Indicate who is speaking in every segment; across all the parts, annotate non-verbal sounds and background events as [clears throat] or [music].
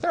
Speaker 1: There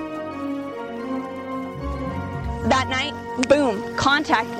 Speaker 2: That night, boom, contact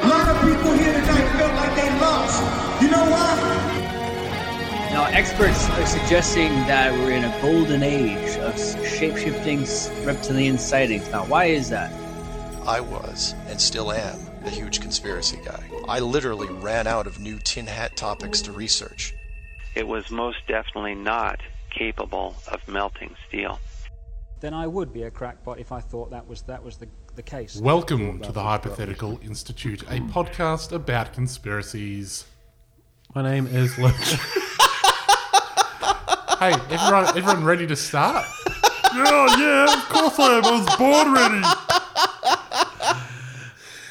Speaker 3: A lot of people here tonight felt like they lost. You know why?
Speaker 4: Now, experts are suggesting that we're in a golden age of shape-shifting reptilian sightings. Now, why is that?
Speaker 5: I was, and still am, a huge conspiracy guy. I literally ran out of new tin hat topics to research.
Speaker 6: It was most definitely not capable of melting steel.
Speaker 7: Then I would be a crackpot if I thought that was that was the, the case.
Speaker 8: Welcome to the Hypothetical Institute, a podcast about conspiracies.
Speaker 9: My name is Luke.
Speaker 8: [laughs] hey, everyone, everyone ready to start?
Speaker 9: yeah, yeah, of course I am. I was born ready.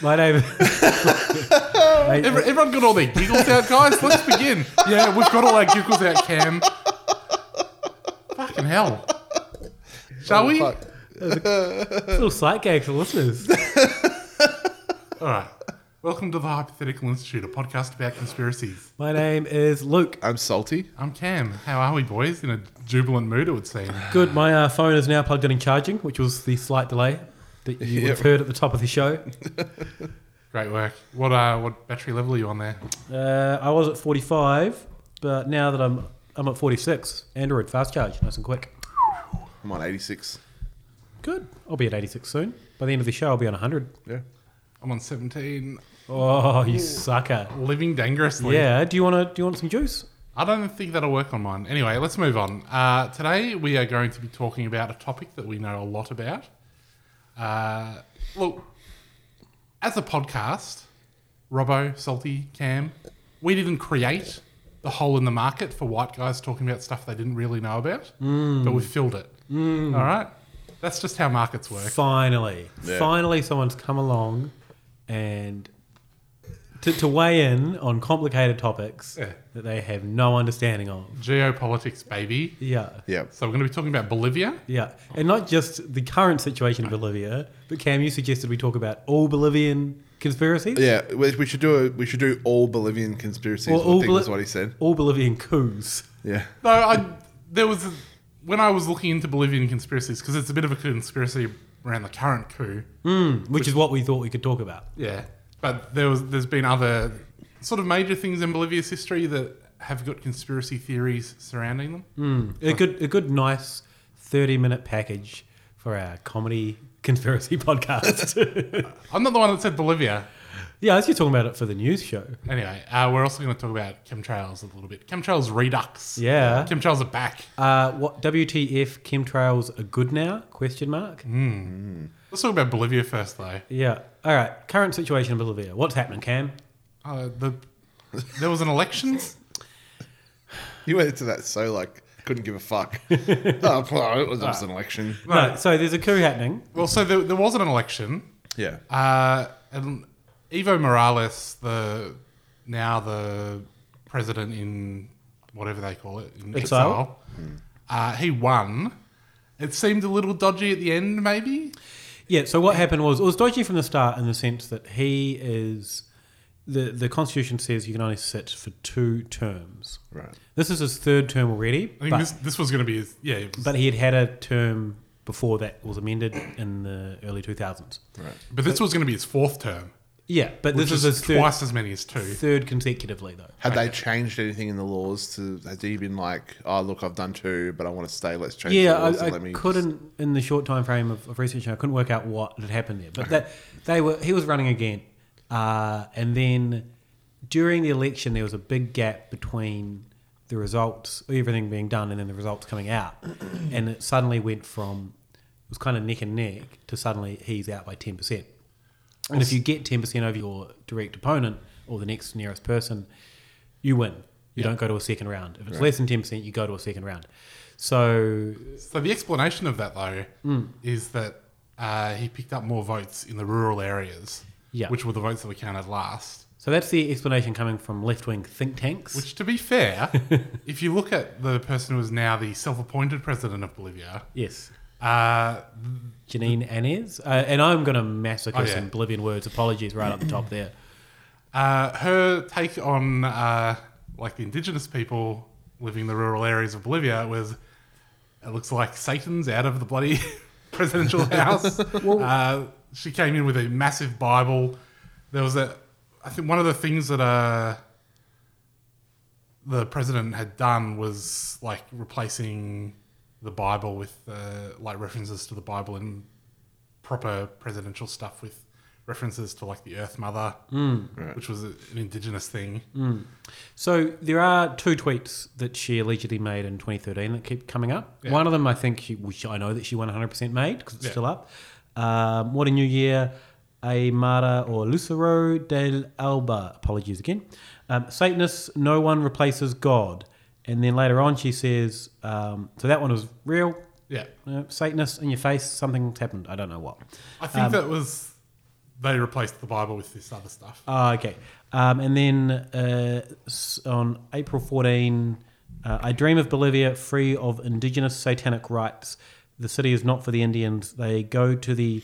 Speaker 9: My name. Hey,
Speaker 8: [laughs] Every, everyone got all their giggles out, guys? Let's begin. Yeah, we've got all our giggles out, Cam. Fucking hell. Shall we? All
Speaker 9: little sight gag for listeners.
Speaker 8: right. Welcome to the Hypothetical Institute, a podcast about conspiracies.
Speaker 9: My name is Luke.
Speaker 10: I'm salty.
Speaker 8: I'm Cam. How are we, boys? In a jubilant mood, it would seem.
Speaker 9: Good. My uh, phone is now plugged in and charging, which was the slight delay that you
Speaker 10: Yeah.
Speaker 9: have heard at the top of the show.
Speaker 8: Great work. What uh, what battery level are you on there?
Speaker 9: Uh, I was at 45, but now that I'm I'm at 46, Android fast charge, nice and quick.
Speaker 10: I'm on 86.
Speaker 9: Good. I'll be at 86 soon. By the end of the show, I'll be on 100.
Speaker 10: Yeah.
Speaker 8: I'm on 17.
Speaker 9: Oh, you sucker!
Speaker 8: Living dangerously.
Speaker 9: Yeah. Do you want to? Do you want some juice?
Speaker 8: I don't think that'll work on mine. Anyway, let's move on. Uh, today we are going to be talking about a topic that we know a lot about. Uh, look, as a podcast, Robbo, Salty, Cam, we didn't create the hole in the market for white guys talking about stuff they didn't really know about, but we filled it. All right? That's just how markets work.
Speaker 9: Finally,
Speaker 10: Yeah.
Speaker 9: finally, someone's come along and to, to weigh in on complicated topics
Speaker 8: Yeah.
Speaker 9: that they have no understanding of.
Speaker 8: Geopolitics, baby.
Speaker 9: Yeah,
Speaker 10: Yeah.
Speaker 8: So we're going to be talking about Bolivia.
Speaker 9: yeah, and not just the current situation in Bolivia, but Cam, you suggested we talk about all Bolivian conspiracies.
Speaker 10: Yeah, we we should do a, we should do all Bolivian conspiracies.
Speaker 9: Or all
Speaker 10: I think
Speaker 9: Boli-
Speaker 10: is what he said.
Speaker 9: All Bolivian coups.
Speaker 10: Yeah,
Speaker 8: No, I there was a, when I was looking into Bolivian conspiracies because it's a bit of a conspiracy around the current coup.
Speaker 9: Which is what we thought we could talk about.
Speaker 8: Yeah, but there was there's been other sort of major things in Bolivia's history that have got conspiracy theories surrounding them.
Speaker 9: A good, a good, nice thirty-minute package for our comedy [laughs] conspiracy podcast.
Speaker 8: I'm not the one that said Bolivia.
Speaker 9: yeah, I was just talking about it for the news show.
Speaker 8: Anyway, uh, we're also going to talk about chemtrails a little bit. Chemtrails redux.
Speaker 9: Yeah.
Speaker 8: Chemtrails are back.
Speaker 9: Uh, what WTF chemtrails are good now? Question mark.
Speaker 8: Let's talk about Bolivia first, though.
Speaker 9: Yeah. All right. Current situation in Bolivia. What's happening, Cam?
Speaker 8: Uh, the there was an election.
Speaker 10: you went into that so like couldn't give a
Speaker 9: [laughs]
Speaker 10: fuck. oh, well, it was just an election.
Speaker 9: No. So there's a coup happening.
Speaker 8: Well, so there, there was an election.
Speaker 10: Yeah,
Speaker 8: Uh, and Evo Morales, the now the president in whatever they call it, in
Speaker 9: Exile? Hmm.
Speaker 8: exile, uh, he won. It seemed a little dodgy at the end, maybe.
Speaker 9: Yeah. So what happened was it was dodgy from the start in the sense that he is the the constitution says you can only sit for two terms.
Speaker 10: right.
Speaker 9: This is his third term already.
Speaker 8: I think
Speaker 9: but-
Speaker 8: this this was going to be his, yeah. It was,
Speaker 9: but he had had a term before that was amended in the early 2000s.
Speaker 8: but this was going to be his fourth term,
Speaker 9: Yeah, but
Speaker 8: which
Speaker 9: this is
Speaker 8: is,
Speaker 9: his third,
Speaker 8: twice as many as two.
Speaker 9: third consecutively though.
Speaker 10: Had they changed anything in the laws to? Had he been like, oh look, I've done two, but I want to stay. Let's change.
Speaker 9: Yeah,
Speaker 10: the laws
Speaker 9: I,
Speaker 10: and
Speaker 9: I
Speaker 10: let me just-
Speaker 9: couldn't in the short time frame of, of researching. I couldn't work out what had happened there, but that they were he was running again, uh, and then during the election there was a big gap between the results, everything being done, and then the results coming out, [clears throat] and it suddenly went from it was kind of neck and neck to suddenly he's out by ten percent. And if you get ten percent over your direct opponent or the next nearest person, you win. You
Speaker 8: Yeah.
Speaker 9: don't go to a second round. If it's
Speaker 8: Right.
Speaker 9: less than ten percent, you go to a second round. So
Speaker 8: So the explanation of that though
Speaker 9: Mm.
Speaker 8: is that uh, he picked up more votes in the rural areas,
Speaker 9: Yeah.
Speaker 8: which were the votes that were counted last.
Speaker 9: so that's the explanation coming from left wing think tanks.
Speaker 8: Which, to be
Speaker 9: [laughs]
Speaker 8: fair, if you look at the person who is now the self-appointed president of Bolivia,
Speaker 9: Yes.
Speaker 8: uh,
Speaker 9: Janine Anez, uh, and I'm going to massacre
Speaker 8: Oh, yeah.
Speaker 9: some Bolivian words. Apologies, right up the top there.
Speaker 8: uh, her take on uh, like the indigenous people living in the rural areas of Bolivia was, it looks like Satan's out of the bloody [laughs] presidential house. uh, she came in with a massive Bible. There was a, I think one of the things that uh, the president had done was like replacing the Bible with uh, like references to the Bible and proper presidential stuff with references to like the Earth Mother,
Speaker 9: Mm. Right.
Speaker 8: which was a- an indigenous thing.
Speaker 9: Mm. So there are two tweets that she allegedly made in 2013 that keep coming up.
Speaker 8: Yeah.
Speaker 9: One of them, I think, she, which I know that she 100% made because it's
Speaker 8: Yeah.
Speaker 9: still up. Um, what a new year, Aymara or Lucero del Alba. Apologies again. Um, Satanists, no one replaces God. And then later on, she says, um, so that one was real.
Speaker 8: Yeah.
Speaker 9: Uh, Satanist in your face, something's happened. I don't know what.
Speaker 8: I think
Speaker 9: Um,
Speaker 8: that was they replaced the Bible with this other stuff.
Speaker 9: Ah, okay. Um, and then uh, s- on April 14, uh, I dream of Bolivia free of indigenous satanic rites. The city is not for the Indians. They go to the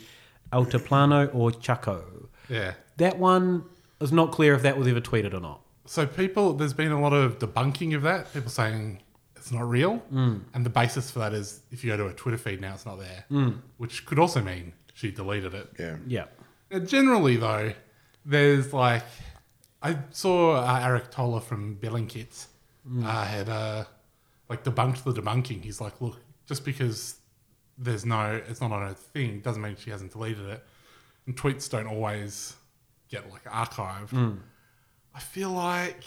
Speaker 9: Altiplano or Chaco.
Speaker 8: Yeah.
Speaker 9: That one is not clear if that was ever tweeted or not.
Speaker 8: So people, there's been a lot of debunking of that. People saying it's not real,
Speaker 9: Mm.
Speaker 8: and the basis for that is if you go to a Twitter feed now, it's not there,
Speaker 9: Mm.
Speaker 8: which could also mean she deleted it.
Speaker 10: Yeah.
Speaker 9: Yeah.
Speaker 8: Now, Uh, generally though, there's like I saw uh, Eric Toller from Bellingkits
Speaker 10: Mm.
Speaker 8: uh, had uh, like debunked the debunking. He's like, look, just because there's no, it's not on her thing, doesn't mean she hasn't deleted it. And tweets don't always get like archived.
Speaker 9: Mm.
Speaker 8: I feel like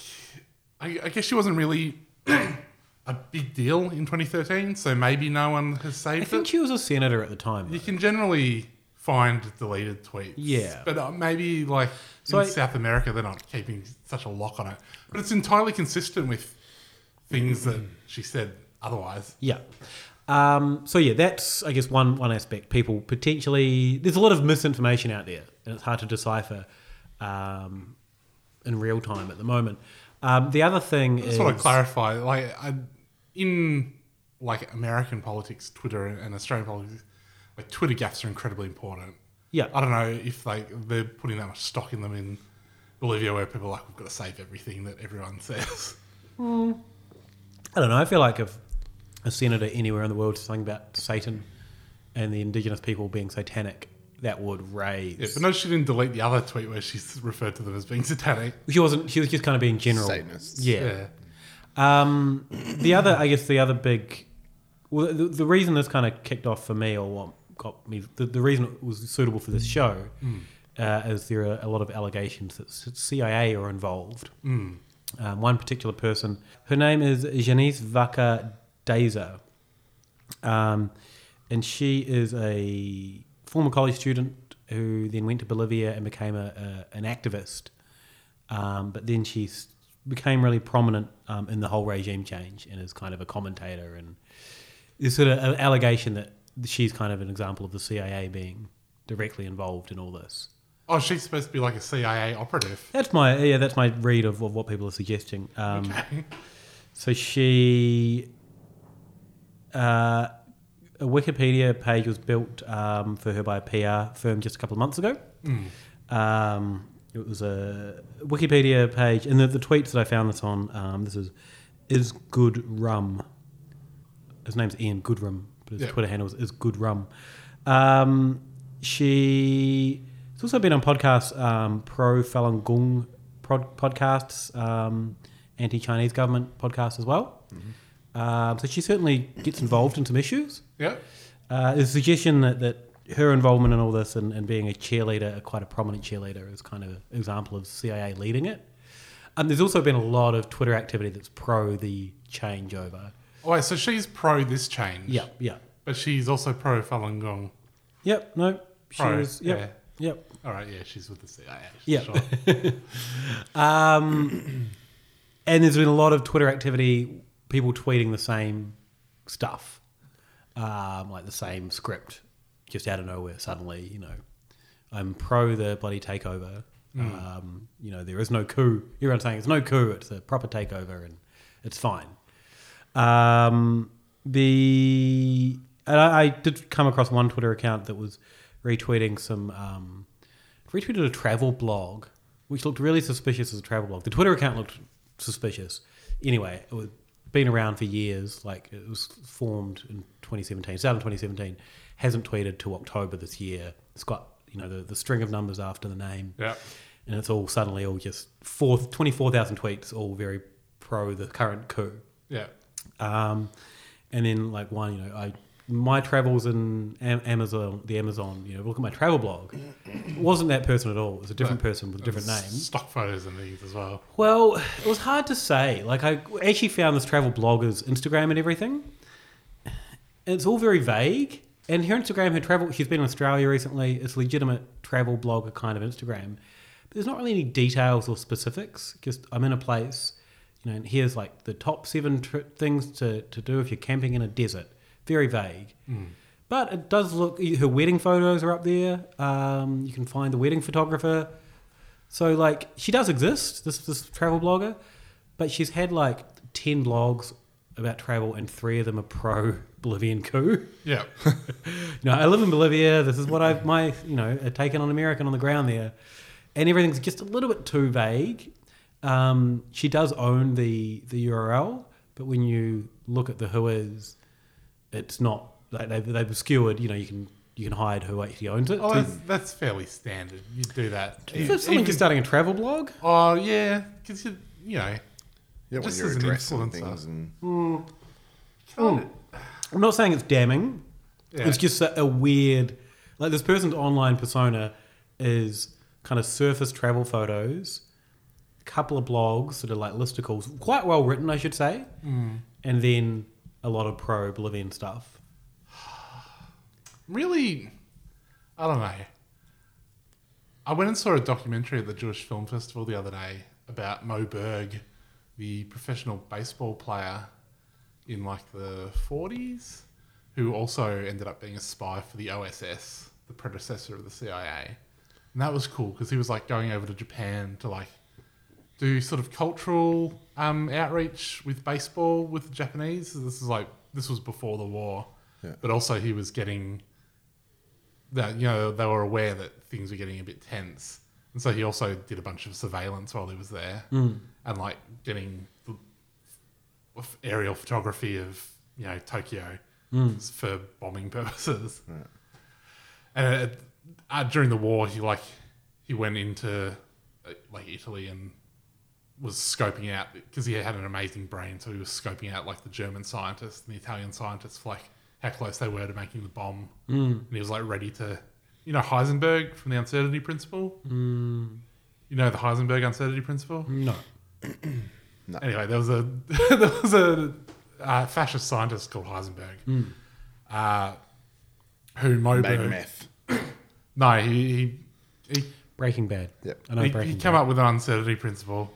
Speaker 8: I, I guess she wasn't really [clears throat] a big deal in 2013, so maybe no one has saved
Speaker 9: I think she was a senator at the time.
Speaker 8: You can generally find deleted tweets.
Speaker 9: Yeah.
Speaker 8: But uh, maybe like
Speaker 9: So
Speaker 8: in
Speaker 9: I-
Speaker 8: South America, they're not keeping such a lock on it. But it's entirely consistent with things that she said otherwise.
Speaker 9: Yeah. Um, so yeah, that's I guess one one aspect. People potentially there's a lot of misinformation out there, and it's hard to decipher um, in real time at the moment. Um, the other thing
Speaker 8: I
Speaker 9: is
Speaker 8: just want to clarify, like I, in like American politics, Twitter and Australian politics, like Twitter gaffes are incredibly important.
Speaker 9: Yeah.
Speaker 8: I don't know if like they're putting that much stock in them in Bolivia, where people are like we've got to save everything that everyone says.
Speaker 9: I don't know. I feel like if a senator anywhere in the world said something about Satan and the indigenous people being satanic, that would raise.
Speaker 8: Yeah, but no, she didn't delete the other tweet where she referred to them as being satanic.
Speaker 9: She wasn't. She was just kind of being general.
Speaker 8: Satanists.
Speaker 9: Yeah. Um, the other, I guess, the other big, well, the, the reason this kind of kicked off for me, or what got me, the, the reason it was suitable for this show,
Speaker 8: Mm.
Speaker 9: uh, is there are a lot of allegations that s- CIA are involved.
Speaker 8: Mm.
Speaker 9: Um, one particular person, her name is Janice Vaca Deza, um, and she is a former college student who then went to Bolivia and became a, a, an activist. Um, but then she s- became really prominent um, in the whole regime change and is kind of a commentator. And there's sort of an allegation that she's kind of an example of the CIA being directly involved in all this.
Speaker 8: Oh, she's supposed to be like a CIA operative.
Speaker 9: That's my yeah. That's my read of, of what people are suggesting. Um, So she, uh, a Wikipedia page was built um, for her by a PR firm just a couple of months ago. Um, it was a Wikipedia page, and the, the tweets that I found this on. Um, this is is good rum. His name's Ian Goodrum, but his
Speaker 8: Yeah.
Speaker 9: Twitter handle is, is Good Rum. Um, she has also been on podcasts, um, pro Falun Gong prod, podcasts, um, anti Chinese government podcasts as well. Um, so she certainly gets involved in some issues.
Speaker 8: Yeah.
Speaker 9: Uh, there's a suggestion that, that her involvement in all this and, and being a cheerleader, quite a prominent cheerleader, is kind of an example of CIA leading it. Um, there's also been a lot of Twitter activity that's pro the changeover.
Speaker 8: Oh, wait, so she's pro this change.
Speaker 9: Yeah, yeah.
Speaker 8: But she's also pro Falun Gong.
Speaker 9: Yep, no, she
Speaker 8: Pro,
Speaker 9: was. Yep,
Speaker 8: yeah.
Speaker 9: yep.
Speaker 8: All right, yeah, she's with the CIA.
Speaker 9: Yeah. [laughs]
Speaker 8: Sure.
Speaker 9: um, and there's been a lot of Twitter activity, people tweeting the same stuff, um, like the same script, just out of nowhere. Suddenly, you know, I'm pro the bloody takeover.
Speaker 8: Mm.
Speaker 9: Um, you know, there is no coup. Everyone's saying it's no coup. It's a proper takeover, and it's fine. Um, the and I, I did come across one Twitter account that was retweeting some um, retweeted a travel blog, which looked really suspicious as a travel blog. The Twitter account looked suspicious. Anyway, it was been around for years. Like it was formed in 2017, started in 2017, hasn't tweeted till October this year. It's got you know the, the string of numbers after the name.
Speaker 8: Yeah.
Speaker 9: And it's all suddenly all just four, 24,000 tweets, all very pro the current coup.
Speaker 8: Yeah.
Speaker 9: Um, and then like one, you know, I my travels in Am- Amazon, the Amazon. You know, look at my travel blog. It wasn't that person at all. It was a different
Speaker 8: No.
Speaker 9: person with a different
Speaker 8: And
Speaker 9: name.
Speaker 8: Stock photos and things as well.
Speaker 9: Well, it was hard to say. Like I actually found this travel blogger's Instagram and everything. And it's all very vague. And her Instagram, her travel, she's been in Australia recently. It's a legitimate travel blogger kind of Instagram. But there's not really any details or specifics. Just I'm in a place, you know, and here's like the top seven tri things to, to do if you're camping in a desert. Very vague.
Speaker 8: Mm.
Speaker 9: But it does look. Her wedding photos are up there. Um, you can find the wedding photographer. So like, she does exist. This this travel blogger, but she's had like ten blogs about travel, and three of them are pro [laughs] Bolivian coup. [laughs]
Speaker 8: Yeah.
Speaker 9: you know, I live in Bolivia. This is what I've my you know taken on American on the ground there, and everything's just a little bit too vague. Um, she does own the the URL, but when you look at the who is, it's not like they've, they've obscured. You know, you can you can hide who actually owns it.
Speaker 8: Oh, that's, that's fairly standard. You do that.
Speaker 9: Is that someone
Speaker 8: Even-
Speaker 9: just starting a travel blog?
Speaker 8: Oh yeah, because you you know,
Speaker 10: Yeah, well,
Speaker 8: just
Speaker 10: your
Speaker 8: as an
Speaker 10: address and
Speaker 8: influencer. Hmm.
Speaker 10: things and Oh.
Speaker 9: Mm. I'm not saying it's damning.
Speaker 8: Yeah.
Speaker 9: It's just a, a weird, like this person's online persona is kind of surface travel photos, a couple of blogs that are like listicles, quite well written, I should say,
Speaker 8: Mm.
Speaker 9: and then a lot of pro Bolivian stuff.
Speaker 8: really, I don't know. I went and saw a documentary at the Jewish Film Festival the other day about Mo Berg, the professional baseball player in like the 40s, who also ended up being a spy for the OSS, the predecessor of the CIA. And that was cool because he was like going over to Japan to like do sort of cultural um, outreach with baseball with the Japanese. So this is like this was before the war,
Speaker 10: Yeah.
Speaker 8: but also he was getting that you know they were aware that things were getting a bit tense, and so he also did a bunch of surveillance while he was there,
Speaker 9: Mm.
Speaker 8: and like getting the f- aerial photography of you know Tokyo
Speaker 9: Mm.
Speaker 8: for bombing [laughs] purposes. And uh, uh, during the war, he like he went into uh, like Italy and was scoping out because he had an amazing brain, so he was scoping out like the German scientists and the Italian scientists, for, like how close they were to making the bomb,
Speaker 9: Mm.
Speaker 8: and he was like ready to, you know, Heisenberg from the uncertainty principle.
Speaker 9: Mm.
Speaker 8: You know the Heisenberg uncertainty principle?
Speaker 9: No.
Speaker 10: [clears throat] No.
Speaker 8: Anyway, there was a [laughs] there was a uh, fascist scientist called Heisenberg,
Speaker 9: Mm.
Speaker 8: uh, who Moberg
Speaker 10: made meth.
Speaker 8: no, he he, he
Speaker 9: Breaking Bad.
Speaker 10: Yep.
Speaker 9: I know
Speaker 8: he,
Speaker 9: Breaking
Speaker 8: he came
Speaker 9: Bad.
Speaker 8: up with an uncertainty principle,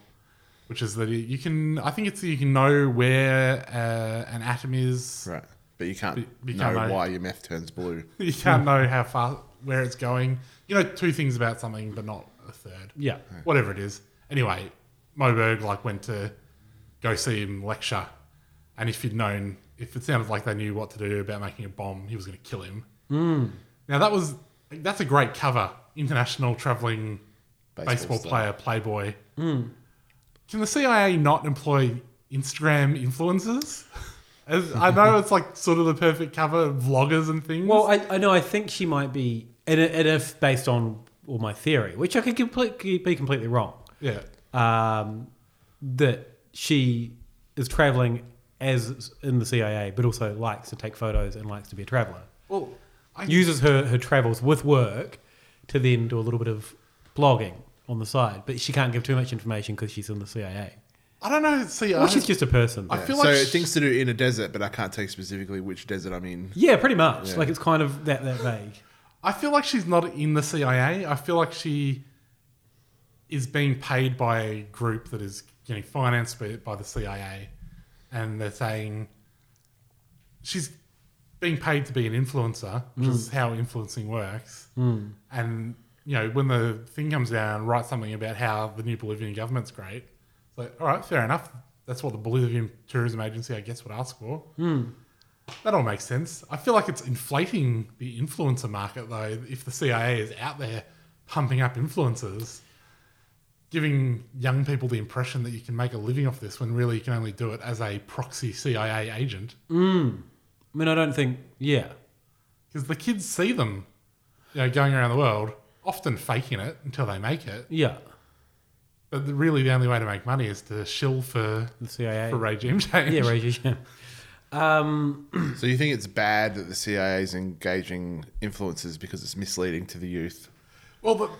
Speaker 8: which is that you can. I think it's you can know where uh, an atom is.
Speaker 10: Right. But you can't
Speaker 8: But you
Speaker 10: know
Speaker 8: can't know.
Speaker 10: why your meth turns blue.
Speaker 8: [laughs] You can't know how far where it's going. You know two things about something, but not a third.
Speaker 9: Yeah.
Speaker 8: Whatever it is. Anyway, Moberg like went to go see him lecture, and if he'd known, if it sounded like they knew what to do about making a bomb, he was going to kill him.
Speaker 9: Mm.
Speaker 8: Now that was that's a great cover. International traveling
Speaker 10: Baseball
Speaker 8: baseball,
Speaker 10: star.
Speaker 8: player, playboy.
Speaker 9: Mm.
Speaker 8: Can the CIA not employ Instagram influencers? [laughs] As I know it's like sort of the perfect cover, vloggers and things.
Speaker 9: Well, I, I know. I think she might be, and, and if based on all my theory, which I could completely be completely wrong.
Speaker 8: Yeah.
Speaker 9: Um, that she is traveling as in the CIA, but also likes to take photos and likes to be a traveler.
Speaker 8: Well, I-
Speaker 9: uses her her travels with work to then do a little bit of blogging on the side, but she can't give too much information because she's in the CIA.
Speaker 8: I don't know. See,
Speaker 9: Well, she's just a person.
Speaker 8: I
Speaker 9: Yeah,
Speaker 8: feel
Speaker 10: so
Speaker 8: like
Speaker 10: things to do in a desert, but I can't tell you specifically which desert I'm in.
Speaker 9: Yeah, pretty much.
Speaker 10: Yeah.
Speaker 9: Like it's kind of that that vague.
Speaker 8: I feel like she's not in the CIA. I feel like she is being paid by a group that is you know, financed by, by the CIA, and they're saying she's being paid to be an influencer, which
Speaker 9: Mm.
Speaker 8: is how influencing works.
Speaker 9: Mm.
Speaker 8: And you know, when the thing comes down, write something about how the new Bolivian government's great. It's like, all right, fair enough. That's what the Bolivian Tourism Agency, I guess, would ask for.
Speaker 9: Hmm.
Speaker 8: That all makes sense. I feel like it's inflating the influencer market, though, if the CIA is out there pumping up influencers, giving young people the impression that you can make a living off this when really you can only do it as a proxy CIA agent.
Speaker 9: Mm. I mean, I don't think. Yeah.
Speaker 8: Because the kids see them you know, going around the world, often faking it until they make it.
Speaker 9: Yeah.
Speaker 8: But the- really, the only way to make money is to shill for the
Speaker 9: CIA
Speaker 8: for regime change.
Speaker 9: Yeah,
Speaker 8: [laughs]
Speaker 9: regime. Um,
Speaker 10: so you think it's bad that the CIA is engaging influencers because it's misleading to the youth?
Speaker 8: Well, but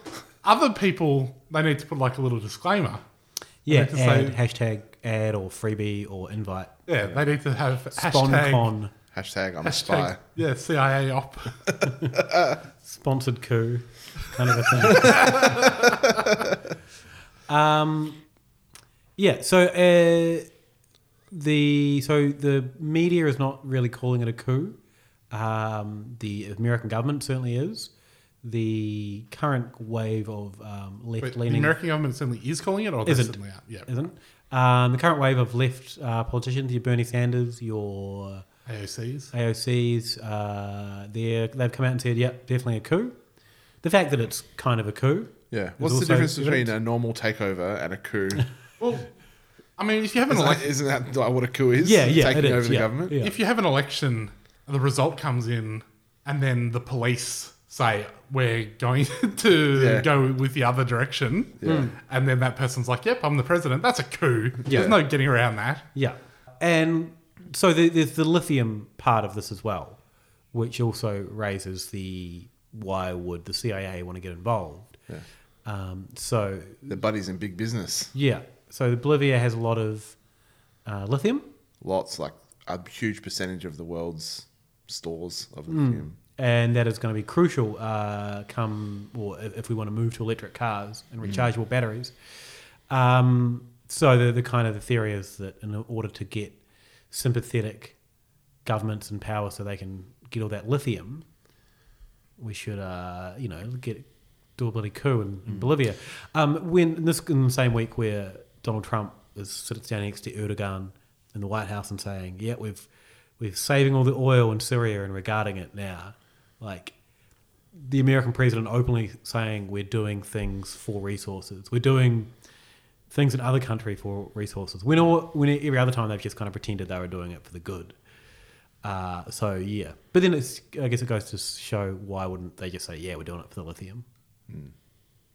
Speaker 8: other people they need to put like a little disclaimer. They
Speaker 9: Yeah.
Speaker 8: need to say-
Speaker 9: Ad, hashtag ad or freebie or invite.
Speaker 8: Yeah, they need to have hashtag-
Speaker 9: SponCon.
Speaker 10: Hashtag I'm
Speaker 8: hashtag- Yeah, CIA op.
Speaker 9: Sponsored coup. Kind of a thing.
Speaker 8: [laughs]
Speaker 9: um, yeah. So uh, the so the media is not really calling it a coup. Um, the American government certainly is. The current wave of um, [laughs]
Speaker 8: Wait,
Speaker 9: left
Speaker 8: the
Speaker 9: leaning
Speaker 8: American government certainly is calling it, or they're
Speaker 9: isn't
Speaker 8: certainly out. Yeah.
Speaker 9: isn't um, the current wave of left uh, politicians? Your Bernie Sanders, your
Speaker 8: AOCs,
Speaker 9: AOCs. Uh, they're- they've come out and said, "Yep, definitely a coup." The fact that it's kind of a coup.
Speaker 10: Yeah.
Speaker 9: is
Speaker 10: What's the
Speaker 9: also
Speaker 10: difference
Speaker 9: evident.
Speaker 10: between a normal takeover and a coup?
Speaker 8: Well, I mean, if you have an
Speaker 10: Isn't that-
Speaker 8: election,
Speaker 10: isn't that like what a coup is? Taking over the government.
Speaker 8: If you have an election, the result comes in, and then the police say we're going [laughs] to
Speaker 10: Yeah.
Speaker 8: go with the other direction,
Speaker 9: Yeah.
Speaker 8: and then that person's like, "Yep, I'm the president." That's a coup.
Speaker 9: Yeah.
Speaker 8: There's no getting around that.
Speaker 9: Yeah, and so the, there's the lithium part of this as well, which also raises the why would the CIA want to get involved?
Speaker 10: Yeah.
Speaker 9: Um, so
Speaker 10: The buddies in big business.
Speaker 9: yeah, so Bolivia has a lot of uh, lithium.
Speaker 10: Lots, like a huge percentage of the world's stores of
Speaker 9: Mm.
Speaker 10: lithium.
Speaker 9: And that is going to be crucial uh, come, or if if we want to move to electric cars and
Speaker 10: Mm.
Speaker 9: rechargeable batteries. Um, so the, the kind of the theory is that in order to get sympathetic governments in power so they can get all that lithium, we should, uh, you know, get do a bloody coup in, in Bolivia. Um, when in this in the same week where Donald Trump is sitting down next to Erdogan in the White House and saying, "Yeah, we've we're saving all the oil in Syria and regarding it now," like the American president openly saying, "We're doing things for resources. We're doing." Things in other country for resources. When all, when every other time they've just kind of pretended they were doing it for the good. Uh, so yeah, but then it's I guess it goes to show why wouldn't they just say yeah we're doing it for the lithium?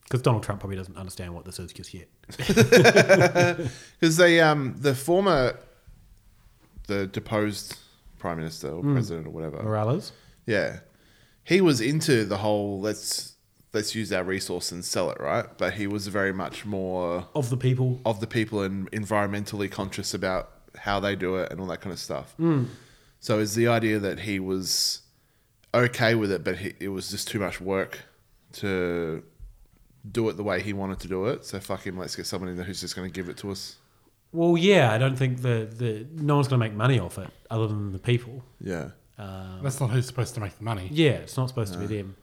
Speaker 9: Because Donald Trump probably doesn't understand what this is just yet.
Speaker 10: Because they, um, the former, the deposed prime minister or
Speaker 9: Mm.
Speaker 10: president or whatever,
Speaker 9: Morales?
Speaker 10: Yeah, he was into the whole let's let's use our resource and sell it, right? But he was very much more
Speaker 9: of the people,
Speaker 10: of the people, and environmentally conscious about how they do it and all that kind of stuff.
Speaker 9: Mm.
Speaker 10: So is the idea that he was okay with it, but he, it was just too much work to do it the way he wanted to do it. So fuck him. Let's get someone in there who's just going to give it to us.
Speaker 9: Well, yeah, I don't think the, the no one's going to make money off it other than the people.
Speaker 10: Yeah.
Speaker 9: Um,
Speaker 8: That's not who's supposed to make the money.
Speaker 9: Yeah, it's not supposed to be them.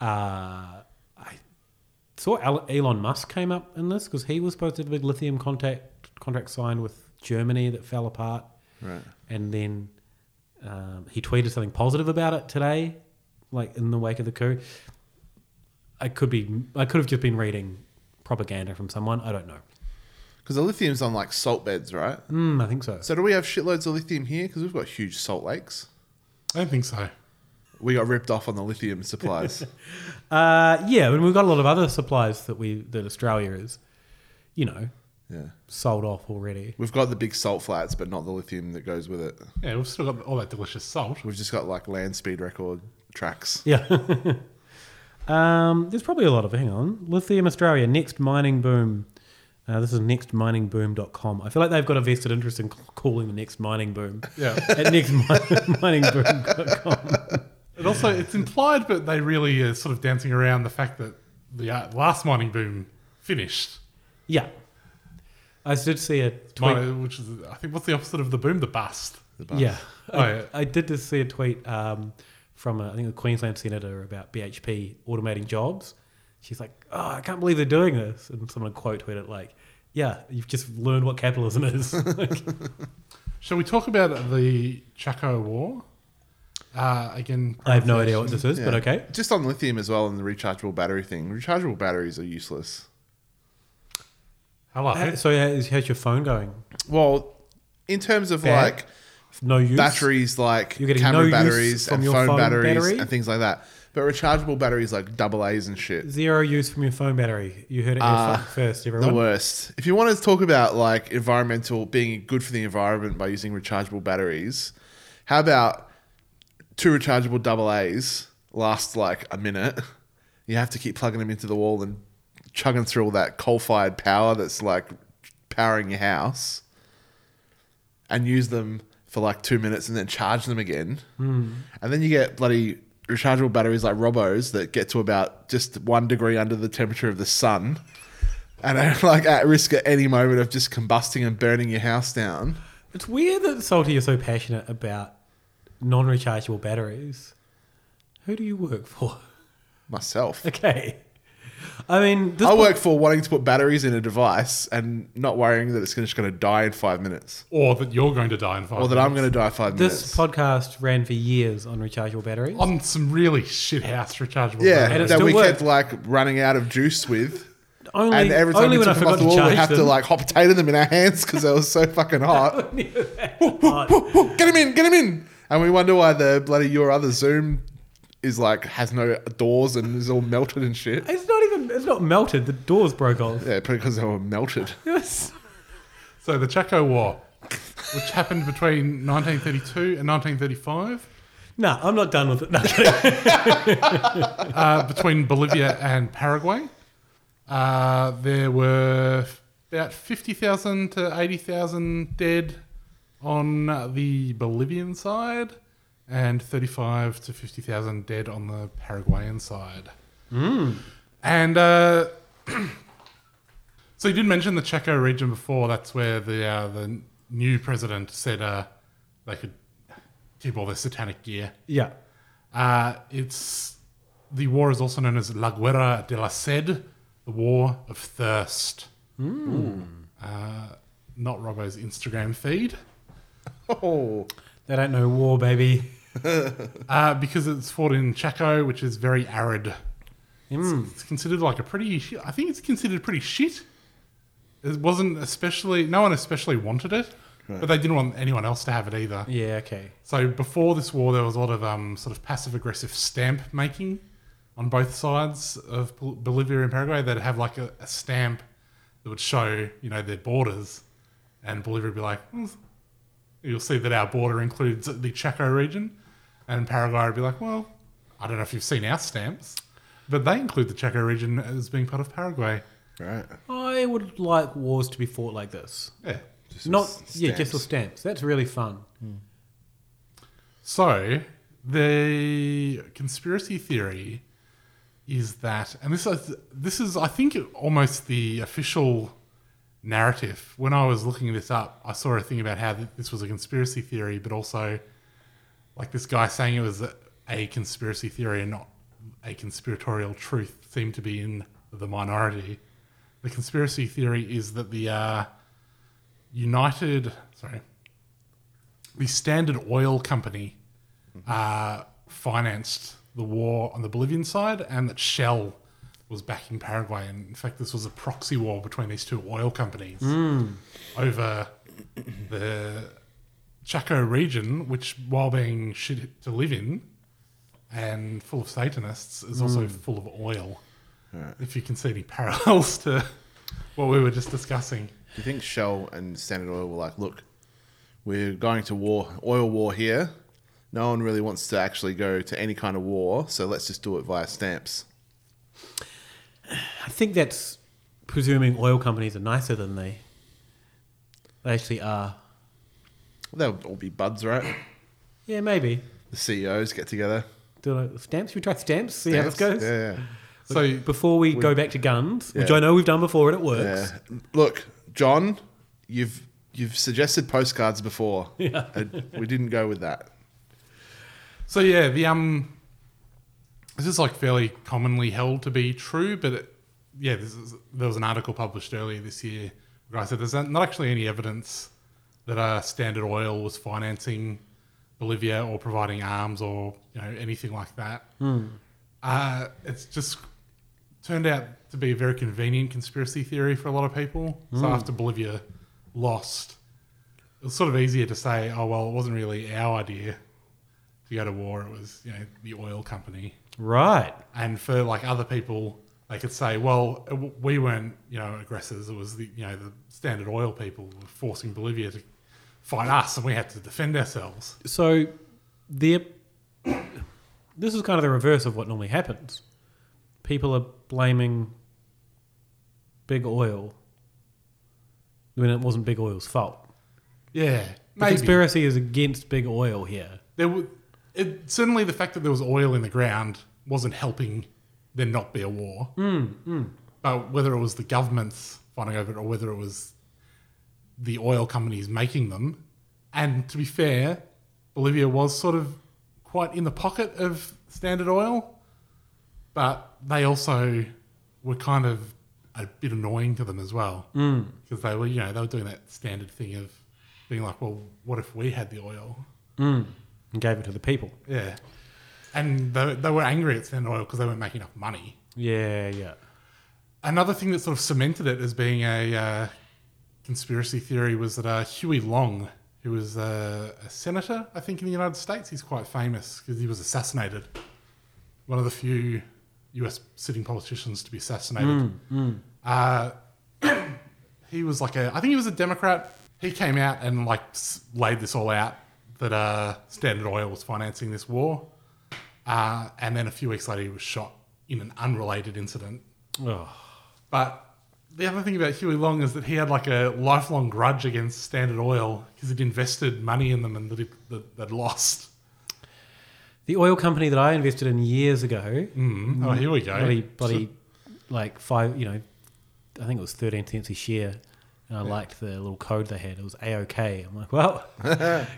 Speaker 9: Uh, I saw Al- Elon Musk came up in this because he was supposed to have a big lithium contact contract signed with Germany that fell apart.
Speaker 10: Right.
Speaker 9: And then um, he tweeted something positive about it today, like in the wake of the coup. I could be, I could have just been reading propaganda from someone. I don't know.
Speaker 10: Because the lithium's on like salt beds, right?
Speaker 9: Mm, I think so.
Speaker 10: So do we have shitloads of lithium here? Because we've got huge salt lakes.
Speaker 8: I don't think so.
Speaker 10: We got ripped off on the lithium
Speaker 9: [laughs]
Speaker 10: supplies.
Speaker 9: Uh, yeah, and we've got a lot of other supplies that we that Australia is, you know,
Speaker 10: Yeah.
Speaker 9: sold off already.
Speaker 10: we've got the big salt flats, but not the lithium that goes with it.
Speaker 8: Yeah, we've still got all that delicious salt.
Speaker 10: We've just got like land speed record tracks.
Speaker 9: Yeah. Um, there's probably a lot of it. Hang on. Lithium Australia, next mining boom. Uh, this is nextminingboom.com. I feel like they've got a vested interest in c- calling the next mining boom.
Speaker 8: Yeah.
Speaker 9: [laughs] At nextminingboom.com.
Speaker 8: And also, it's implied, but they really are sort of dancing around the fact that the uh, last mining boom finished.
Speaker 9: Yeah. I did see a tweet.
Speaker 8: Mine, which is, I think, what's the opposite of the boom? The bust. The
Speaker 9: Yeah.
Speaker 8: Oh,
Speaker 9: I,
Speaker 8: yeah.
Speaker 9: I did just see a tweet um, from, a, I think, a Queensland senator about BHP automating jobs. She's like, oh, I can't believe they're doing this. And someone quote tweeted, like, yeah, you've just learned what capitalism is. Like,
Speaker 8: Shall we talk about the Chaco War? Uh, again,
Speaker 9: I have no idea what this is, but
Speaker 10: Yeah.
Speaker 9: okay.
Speaker 10: Just on lithium as well and the rechargeable battery thing. Rechargeable batteries are useless.
Speaker 8: Hello.
Speaker 9: How- So, yeah, is- how's your phone going?
Speaker 10: Well, in terms of
Speaker 9: Bad.
Speaker 10: like
Speaker 9: no use.
Speaker 10: batteries, like
Speaker 9: You're getting
Speaker 10: camera
Speaker 9: no use
Speaker 10: batteries
Speaker 9: from
Speaker 10: and
Speaker 9: your
Speaker 10: phone,
Speaker 9: phone
Speaker 10: batteries
Speaker 9: battery?
Speaker 10: and things like that. But rechargeable batteries like double A's and shit.
Speaker 9: Zero use from your phone battery. You heard it here
Speaker 10: Ah,
Speaker 9: fu- first, everyone.
Speaker 10: The worst. If you want to talk about like environmental being good for the environment by using rechargeable batteries, how about two rechargeable double A's last like a minute? You have to keep plugging them into the wall and chugging through all that coal-fired power that's like powering your house, and use them for like two minutes and then charge them again.
Speaker 9: Hmm.
Speaker 10: And then you get bloody rechargeable batteries like Robos that get to about just one degree under the temperature of the sun and are [laughs] like at risk at any moment of just combusting and burning your house down.
Speaker 9: It's weird that Salty is so passionate about non rechargeable batteries. Who do you work for? [laughs]
Speaker 10: Myself.
Speaker 9: Okay. I mean, this
Speaker 10: I work for wanting to put batteries in a device and not worrying that it's just going to die in five minutes.
Speaker 8: Or that you're going to die in five
Speaker 10: Or that I'm
Speaker 8: minutes.
Speaker 10: going to die five minutes.
Speaker 9: This podcast ran for years on rechargeable batteries.
Speaker 8: On some really shit house rechargeable
Speaker 10: Yeah,
Speaker 9: And it
Speaker 10: that
Speaker 9: still
Speaker 10: we
Speaker 9: worked.
Speaker 10: kept like running out of juice with.
Speaker 9: Only-
Speaker 10: and every time
Speaker 9: only
Speaker 10: we
Speaker 9: when
Speaker 10: took
Speaker 9: I
Speaker 10: them off
Speaker 9: forgot
Speaker 10: the
Speaker 9: to
Speaker 10: wall, we
Speaker 9: charge
Speaker 10: have to
Speaker 9: them.
Speaker 10: like hot potato them in our hands because they were so
Speaker 9: [laughs]
Speaker 10: fucking hot. get him in, get him in. And we wonder why the bloody your other Zoom is like has no doors and is all melted and shit.
Speaker 9: It's not even. It's not melted. The doors broke off.
Speaker 10: Yeah, because they were melted.
Speaker 9: Yes.
Speaker 8: So the Chaco War, which happened between 1932 and 1935.
Speaker 9: Nah, I'm not done with it. [laughs] No,
Speaker 8: uh, between Bolivia and Paraguay, uh, there were about 50,000 to 80,000 dead on the Bolivian side and 35 to 50,000 dead on the Paraguayan side.
Speaker 9: Mm.
Speaker 8: And uh, [clears throat] so you did mention the Chaco region before. That's where the uh, the new president said uh, they could keep all their satanic gear.
Speaker 9: Yeah.
Speaker 8: Uh, it's the war is also known as La Guerra de la Sed, the War of Thirst.
Speaker 9: Mm.
Speaker 8: Uh, not Robbo's Instagram feed.
Speaker 10: Oh.
Speaker 9: They don't know war, baby.
Speaker 8: [laughs] uh, because it's fought in Chaco, which is very arid. It's, it's considered like a pretty. shi- I think it's considered pretty shit. It wasn't especially. No one especially wanted it,
Speaker 9: Right.
Speaker 8: but they didn't want anyone else to have it either.
Speaker 9: Yeah, okay.
Speaker 8: So before this war, there was a lot of um, sort of passive aggressive stamp making on both sides of Bol- Bolivia and Paraguay. They'd have like a, a stamp that would show, you know, their borders, and Bolivia would be like, "Hmm, you'll see that our border includes the Chaco region, and Paraguay would be like, well, I don't know if you've seen our stamps, but they include the Chaco region as being part of Paraguay.
Speaker 10: Right.
Speaker 9: I would like wars to be fought like this.
Speaker 8: Yeah.
Speaker 9: Not
Speaker 8: with
Speaker 9: yeah, just
Speaker 8: stamps.
Speaker 9: with stamps. That's really fun.
Speaker 8: So the conspiracy theory is that, and this is this is I think almost the official narrative. When I was looking this up, I saw a thing about how th- this was a conspiracy theory, but also like this guy saying it was a, a conspiracy theory and not a conspiratorial truth seemed to be in the minority. The conspiracy theory is that the uh, United, sorry, the Standard Oil Company uh, financed the war on the Bolivian side, and that Shell was backing Paraguay. And in fact, this was a proxy war between these two oil companies
Speaker 9: Mm.
Speaker 8: over the Chaco region, which, while being shit to live in and full of Satanists, is also
Speaker 9: Mm.
Speaker 8: full of oil. If you can see any parallels to what we were just discussing.
Speaker 10: Do you think Shell and Standard Oil were like, look, we're going to war, oil war here. No one really wants to actually go to any kind of war, so let's just do it via stamps.
Speaker 9: I think that's presuming oil companies are nicer than they they actually are.
Speaker 10: They'll all be buds, right?
Speaker 9: Yeah, maybe.
Speaker 10: The CEOs get together.
Speaker 9: Do I, stamps? We try stamps. See how this
Speaker 10: Stamps?
Speaker 9: goes.
Speaker 10: Yeah, yeah.
Speaker 9: Look,
Speaker 10: So-
Speaker 9: before we,
Speaker 10: We-
Speaker 9: go back to guns, which
Speaker 10: Yeah.
Speaker 9: I know we've done before and it works.
Speaker 10: Yeah. Look, John, you've you've suggested postcards before.
Speaker 9: Yeah.
Speaker 10: And we didn't go with that.
Speaker 8: So yeah, the um, this is like fairly commonly held to be true, but it, yeah, this is, there was an article published earlier this year where I said there's not actually any evidence that uh, Standard Oil was financing Bolivia or providing arms or you know anything like that.
Speaker 9: Hmm.
Speaker 8: Uh, it's just turned out to be a very convenient conspiracy theory for a lot of people. So
Speaker 9: Hmm.
Speaker 8: after Bolivia lost, it was sort of easier to say, oh well, it wasn't really our idea to go to war. It was you know the oil company,
Speaker 9: Right.
Speaker 8: and for like other people, they could say, well, w- we weren't you know aggressors. It was the you know the Standard Oil people were forcing Bolivia to fight us, and we had to defend ourselves.
Speaker 9: So, the this is kind of the reverse of what normally happens. People are blaming big oil when it wasn't big oil's fault.
Speaker 8: Yeah,
Speaker 9: The
Speaker 8: maybe.
Speaker 9: conspiracy is against big oil here.
Speaker 8: There were, it, certainly the fact that there was oil in the ground wasn't helping there not be a war.
Speaker 9: Mm, mm.
Speaker 8: But whether it was the government's fighting over it or whether it was the oil companies making them, and to be fair, Bolivia was sort of quite in the pocket of Standard Oil, but they also were kind of a bit annoying to them as well
Speaker 9: Mm.
Speaker 8: because they were, you know, they were doing that standard thing of being like, well, what if we had the oil?
Speaker 9: Mm. And gave it to the people.
Speaker 8: Yeah. And they, they were angry at Standard Oil because they weren't making enough money.
Speaker 9: Yeah, yeah.
Speaker 8: Another thing that sort of cemented it as being a uh, conspiracy theory was that uh, Huey Long, who was uh, a senator, I think, in the United States, he's quite famous because he was assassinated. One of the few US sitting politicians to be assassinated.
Speaker 9: Mm,
Speaker 8: Uh, [clears throat] he was like a, I think he was a Democrat. He came out and like s- laid this all out that uh, Standard Oil was financing this war. Uh, and then a few weeks later, he was shot in an unrelated incident.
Speaker 9: Oh.
Speaker 8: But the other thing about Huey Long is that he had like a lifelong grudge against Standard Oil because he'd invested money in them and that, he, that they'd lost.
Speaker 9: The oil company that I invested in years ago.
Speaker 8: Mm.
Speaker 9: Mm-hmm.
Speaker 8: Oh, here we go.
Speaker 9: Bloody, bloody like five, you know, I think it was 13 cents a share. And I liked the little code they had. It was AOK. I'm like, well,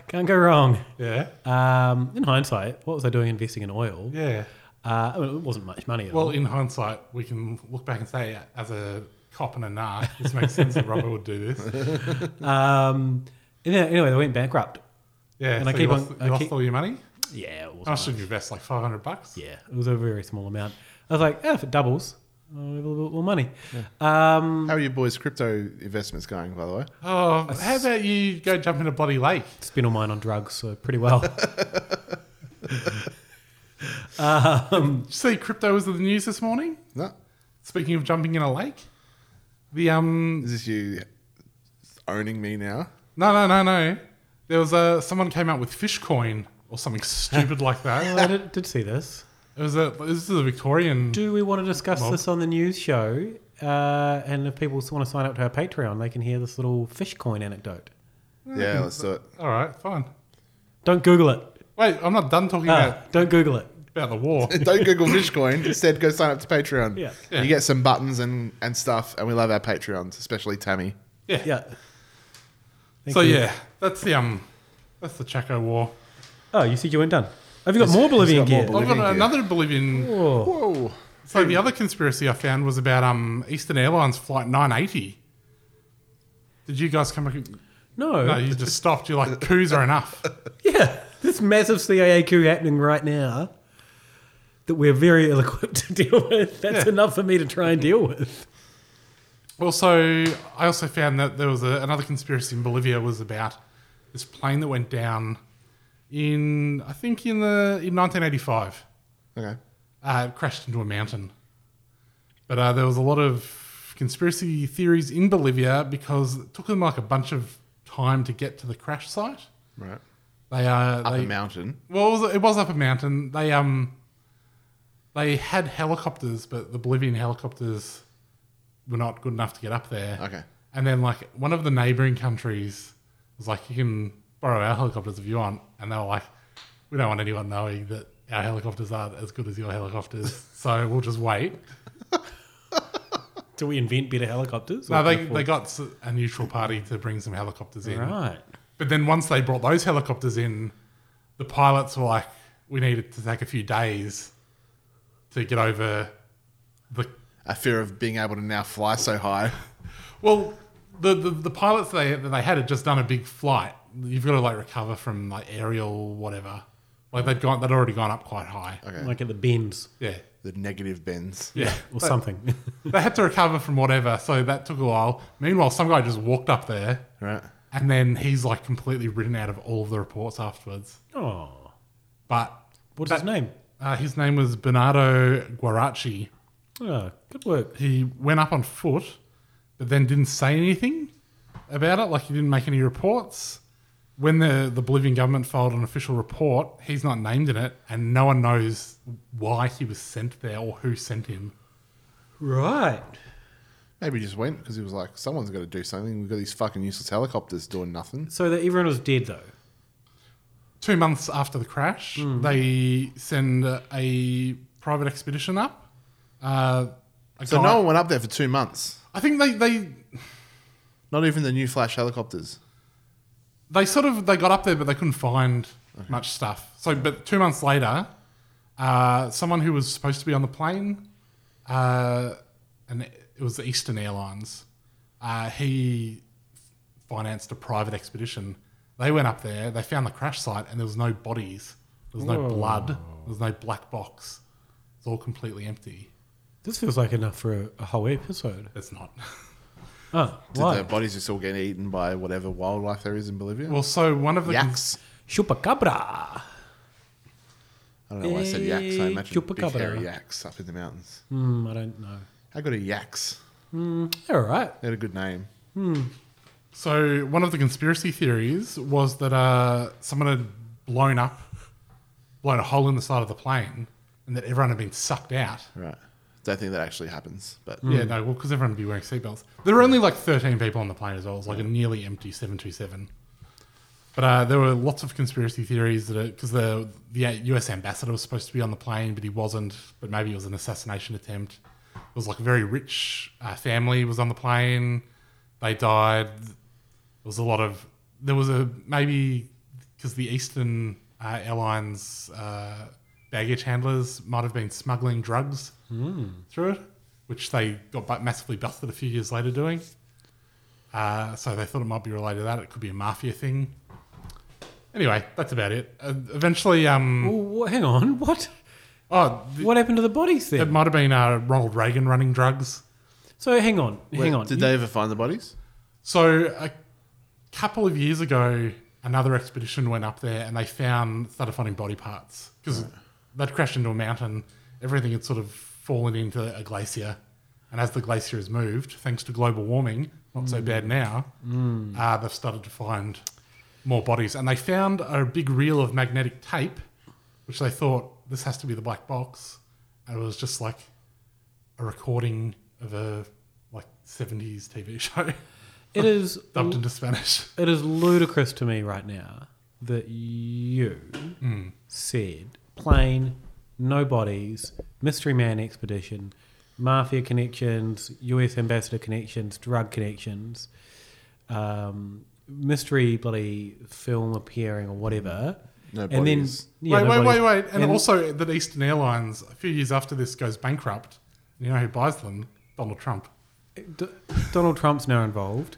Speaker 9: can't go wrong.
Speaker 8: Yeah.
Speaker 9: Um, in hindsight, what was I doing investing in oil?
Speaker 8: Yeah.
Speaker 9: Uh, I mean, it wasn't much money at all.
Speaker 8: Well, in hindsight, we can look back and say, as a cop and a narc, this makes sense that Robert would
Speaker 9: [laughs]
Speaker 8: do this.
Speaker 9: um, and then- anyway, they went bankrupt.
Speaker 8: Yeah,
Speaker 9: and
Speaker 8: so
Speaker 9: I
Speaker 8: you
Speaker 9: keep
Speaker 8: lost,
Speaker 9: on.
Speaker 8: you
Speaker 9: I
Speaker 8: lost
Speaker 9: keep,
Speaker 8: all your money.
Speaker 9: Yeah, it wasn't
Speaker 8: I should
Speaker 9: much.
Speaker 8: invest like five hundred bucks.
Speaker 9: Yeah, it was a very small amount. I was like, oh, if it doubles, I'll have a little bit more money. Um,
Speaker 10: How are your boys' crypto investments going, by the way?
Speaker 8: Oh, how about you go jump in a bloody lake?
Speaker 9: Spent all mine on drugs, so pretty well.
Speaker 8: Did you see, crypto was in the news this morning.
Speaker 10: No.
Speaker 8: Speaking of jumping in a lake, the um,
Speaker 10: Is this you owning me now?
Speaker 8: no, no, no, no. There was a someone came out with Fishcoin or something stupid
Speaker 9: [laughs]
Speaker 8: like
Speaker 9: I
Speaker 8: that.
Speaker 9: did, did see this.
Speaker 8: It was a this is a Victorian.
Speaker 9: Do we want to discuss
Speaker 8: Well-
Speaker 9: this on the news show? Uh, and if people want to sign up to our Patreon, they can hear this little fish coin anecdote.
Speaker 10: Yeah, let's do it.
Speaker 8: All right, fine.
Speaker 9: Don't Google it.
Speaker 8: Wait, I'm not done talking
Speaker 9: Ah,
Speaker 8: about
Speaker 9: don't Google it.
Speaker 8: about the war.
Speaker 10: [laughs] Don't Google Fishcoin. Instead, go sign up to Patreon.
Speaker 9: Yeah.
Speaker 8: Yeah.
Speaker 10: You get some buttons and, and stuff, and we love our Patreons, especially Tammy.
Speaker 8: Yeah.
Speaker 9: Yeah. [laughs] Thank
Speaker 8: so
Speaker 9: you.
Speaker 8: yeah, that's the um, that's the Chaco War.
Speaker 9: Oh, you said you weren't done. Have you got more Bolivian gear?
Speaker 8: I've got another Bolivian.
Speaker 9: Whoa.
Speaker 8: So the other conspiracy I found was about um Eastern Airlines flight 980. Did you guys come? ac-
Speaker 9: No.
Speaker 8: no, you just stopped. You're like coups are enough.
Speaker 9: [laughs] Yeah, this massive CIA coup happening right now that we're very ill equipped to deal with. That's enough for me to try and deal with.
Speaker 8: Also, I also found that there was a, another conspiracy in Bolivia was about this plane that went down in I think in the in 1985.
Speaker 10: Okay.
Speaker 8: Uh, it crashed into a mountain. But uh, there was a lot of conspiracy theories in Bolivia because it took them like a bunch of time to get to the crash site.
Speaker 10: Right.
Speaker 8: They uh,
Speaker 10: Up
Speaker 8: they,
Speaker 10: a mountain.
Speaker 8: Well, it was, it was up a mountain. They um, They had helicopters, but the Bolivian helicopters were not good enough to get up there.
Speaker 10: Okay.
Speaker 8: And then, like, one of the neighboring countries was like, you can borrow our helicopters if you want. And they were like, we don't want anyone knowing that our helicopters aren't as good as your helicopters. so we'll just wait.
Speaker 9: Do we invent better helicopters?
Speaker 8: No,
Speaker 9: Or
Speaker 8: they,
Speaker 9: can we
Speaker 8: they
Speaker 9: afford-
Speaker 8: got s- a neutral party to bring some helicopters in.
Speaker 9: Right.
Speaker 8: But then once they brought those helicopters in, the pilots were like, we needed to take a few days to get over the.
Speaker 10: A fear of being able to now fly so high.
Speaker 8: Well, the, the, the pilots they, that they had had just done a big flight. You've got to like recover from like aerial whatever. Like they'd gone, they'd already gone up quite high.
Speaker 10: Okay.
Speaker 9: Like at the bends.
Speaker 8: Yeah.
Speaker 10: The negative bends.
Speaker 8: Yeah.
Speaker 9: Or
Speaker 8: They-
Speaker 9: something. [laughs]
Speaker 8: they had to recover from whatever, so that took a while. Meanwhile, some guy just walked up there.
Speaker 10: Right.
Speaker 8: And then he's like completely written out of all of the reports afterwards. Oh. But.
Speaker 9: What's
Speaker 8: his name? Uh, his name was Bernardo Guaracci.
Speaker 10: Ah,
Speaker 9: Oh, good work.
Speaker 8: He went up on foot, but then didn't say anything about it. Like he didn't make any reports. When the, the Bolivian government filed an official report, he's not named in it, and no one knows why he was sent there or who sent him.
Speaker 9: Right.
Speaker 10: Maybe he just went because he was like, someone's got to do something. We've got these fucking useless helicopters doing nothing.
Speaker 9: So that everyone was dead though.
Speaker 8: two months after the crash,
Speaker 10: Hmm.
Speaker 8: they send a private expedition up. Uh, a
Speaker 10: So
Speaker 8: guy-
Speaker 10: no one went up there for two months.
Speaker 8: I think they, they
Speaker 10: Not even the new Flash helicopters.
Speaker 8: they sort of they got up there, but they couldn't find much stuff. So, but two months later, uh, someone who was supposed to be on the plane, uh, and it was the Eastern Airlines, uh, he financed a private expedition. They went up there, they found the crash site, and there was no bodies, there was no
Speaker 9: Whoa.
Speaker 8: blood, there was no black box. It's all completely empty.
Speaker 9: This feels like enough for a, a whole episode.
Speaker 8: It's not. [laughs]
Speaker 9: Oh,
Speaker 10: Did
Speaker 9: right.
Speaker 10: their bodies just all get eaten by whatever wildlife there is in Bolivia?
Speaker 8: Well, so one of the
Speaker 10: yaks.
Speaker 9: Chupacabra.
Speaker 10: I don't know why I said yaks. I
Speaker 9: Eh,
Speaker 10: imagine big
Speaker 9: chupacabra.
Speaker 10: hairy yaks up in the mountains.
Speaker 9: Hmm, I don't know.
Speaker 10: How good are yaks?
Speaker 9: Hmm, they're all right.
Speaker 10: They had a good name.
Speaker 9: Hmm.
Speaker 8: So one of the conspiracy theories was that uh, someone had blown up, blown a hole in the side of the plane, and that everyone had been sucked out.
Speaker 10: Right. Don't think that actually happens, but
Speaker 8: Yeah, no, well, because everyone would be wearing seatbelts. There were only like 13 people on the plane as well. It was like a nearly empty 727. But uh, there were lots of conspiracy theories that because the the U.S. ambassador was supposed to be on the plane, but he wasn't. But maybe it was an assassination attempt. It was like a very rich uh, family was on the plane. They died. There was a lot of there was a maybe because the Eastern uh, Airlines uh, baggage handlers might have been smuggling drugs
Speaker 9: Hmm.
Speaker 8: through it, which they got bu- massively busted a few years later doing. Uh, so they thought it might be related to that. It could be a mafia thing. Anyway, that's about it. Uh, eventually, um,
Speaker 9: Well, wh- hang on. What?
Speaker 8: Oh,
Speaker 9: what happened to the bodies then?
Speaker 8: it might have been uh, Ronald Reagan running drugs.
Speaker 9: So hang on, hang on.
Speaker 10: Did they ever find the bodies?
Speaker 8: So a couple of years ago, another expedition went up there and they found started finding body parts because they'd crashed into a mountain. Everything had sort of fallen into a glacier, and as the glacier has moved, thanks to global warming, not so
Speaker 9: Mm.
Speaker 8: bad now,
Speaker 9: Mm.
Speaker 8: uh, they've started to find more bodies. And they found a big reel of magnetic tape, which they thought this has to be the black box, and it was just like a recording of a like 70s TV [laughs] show.
Speaker 9: It is
Speaker 8: dubbed into Spanish.
Speaker 9: It is ludicrous to me right now that you
Speaker 8: Mm.
Speaker 9: said plane, no bodies, mystery man expedition, mafia connections, U.S. ambassador connections, drug connections, um, mystery bloody film appearing or whatever.
Speaker 10: No
Speaker 9: And then,
Speaker 10: bodies.
Speaker 9: yeah,
Speaker 8: wait,
Speaker 9: no
Speaker 8: wait, wait,
Speaker 9: bodies.
Speaker 8: wait. And, also that Eastern Airlines, a few years after this, goes bankrupt. You know who buys them? Donald Trump.
Speaker 9: D- Donald Trump's now involved,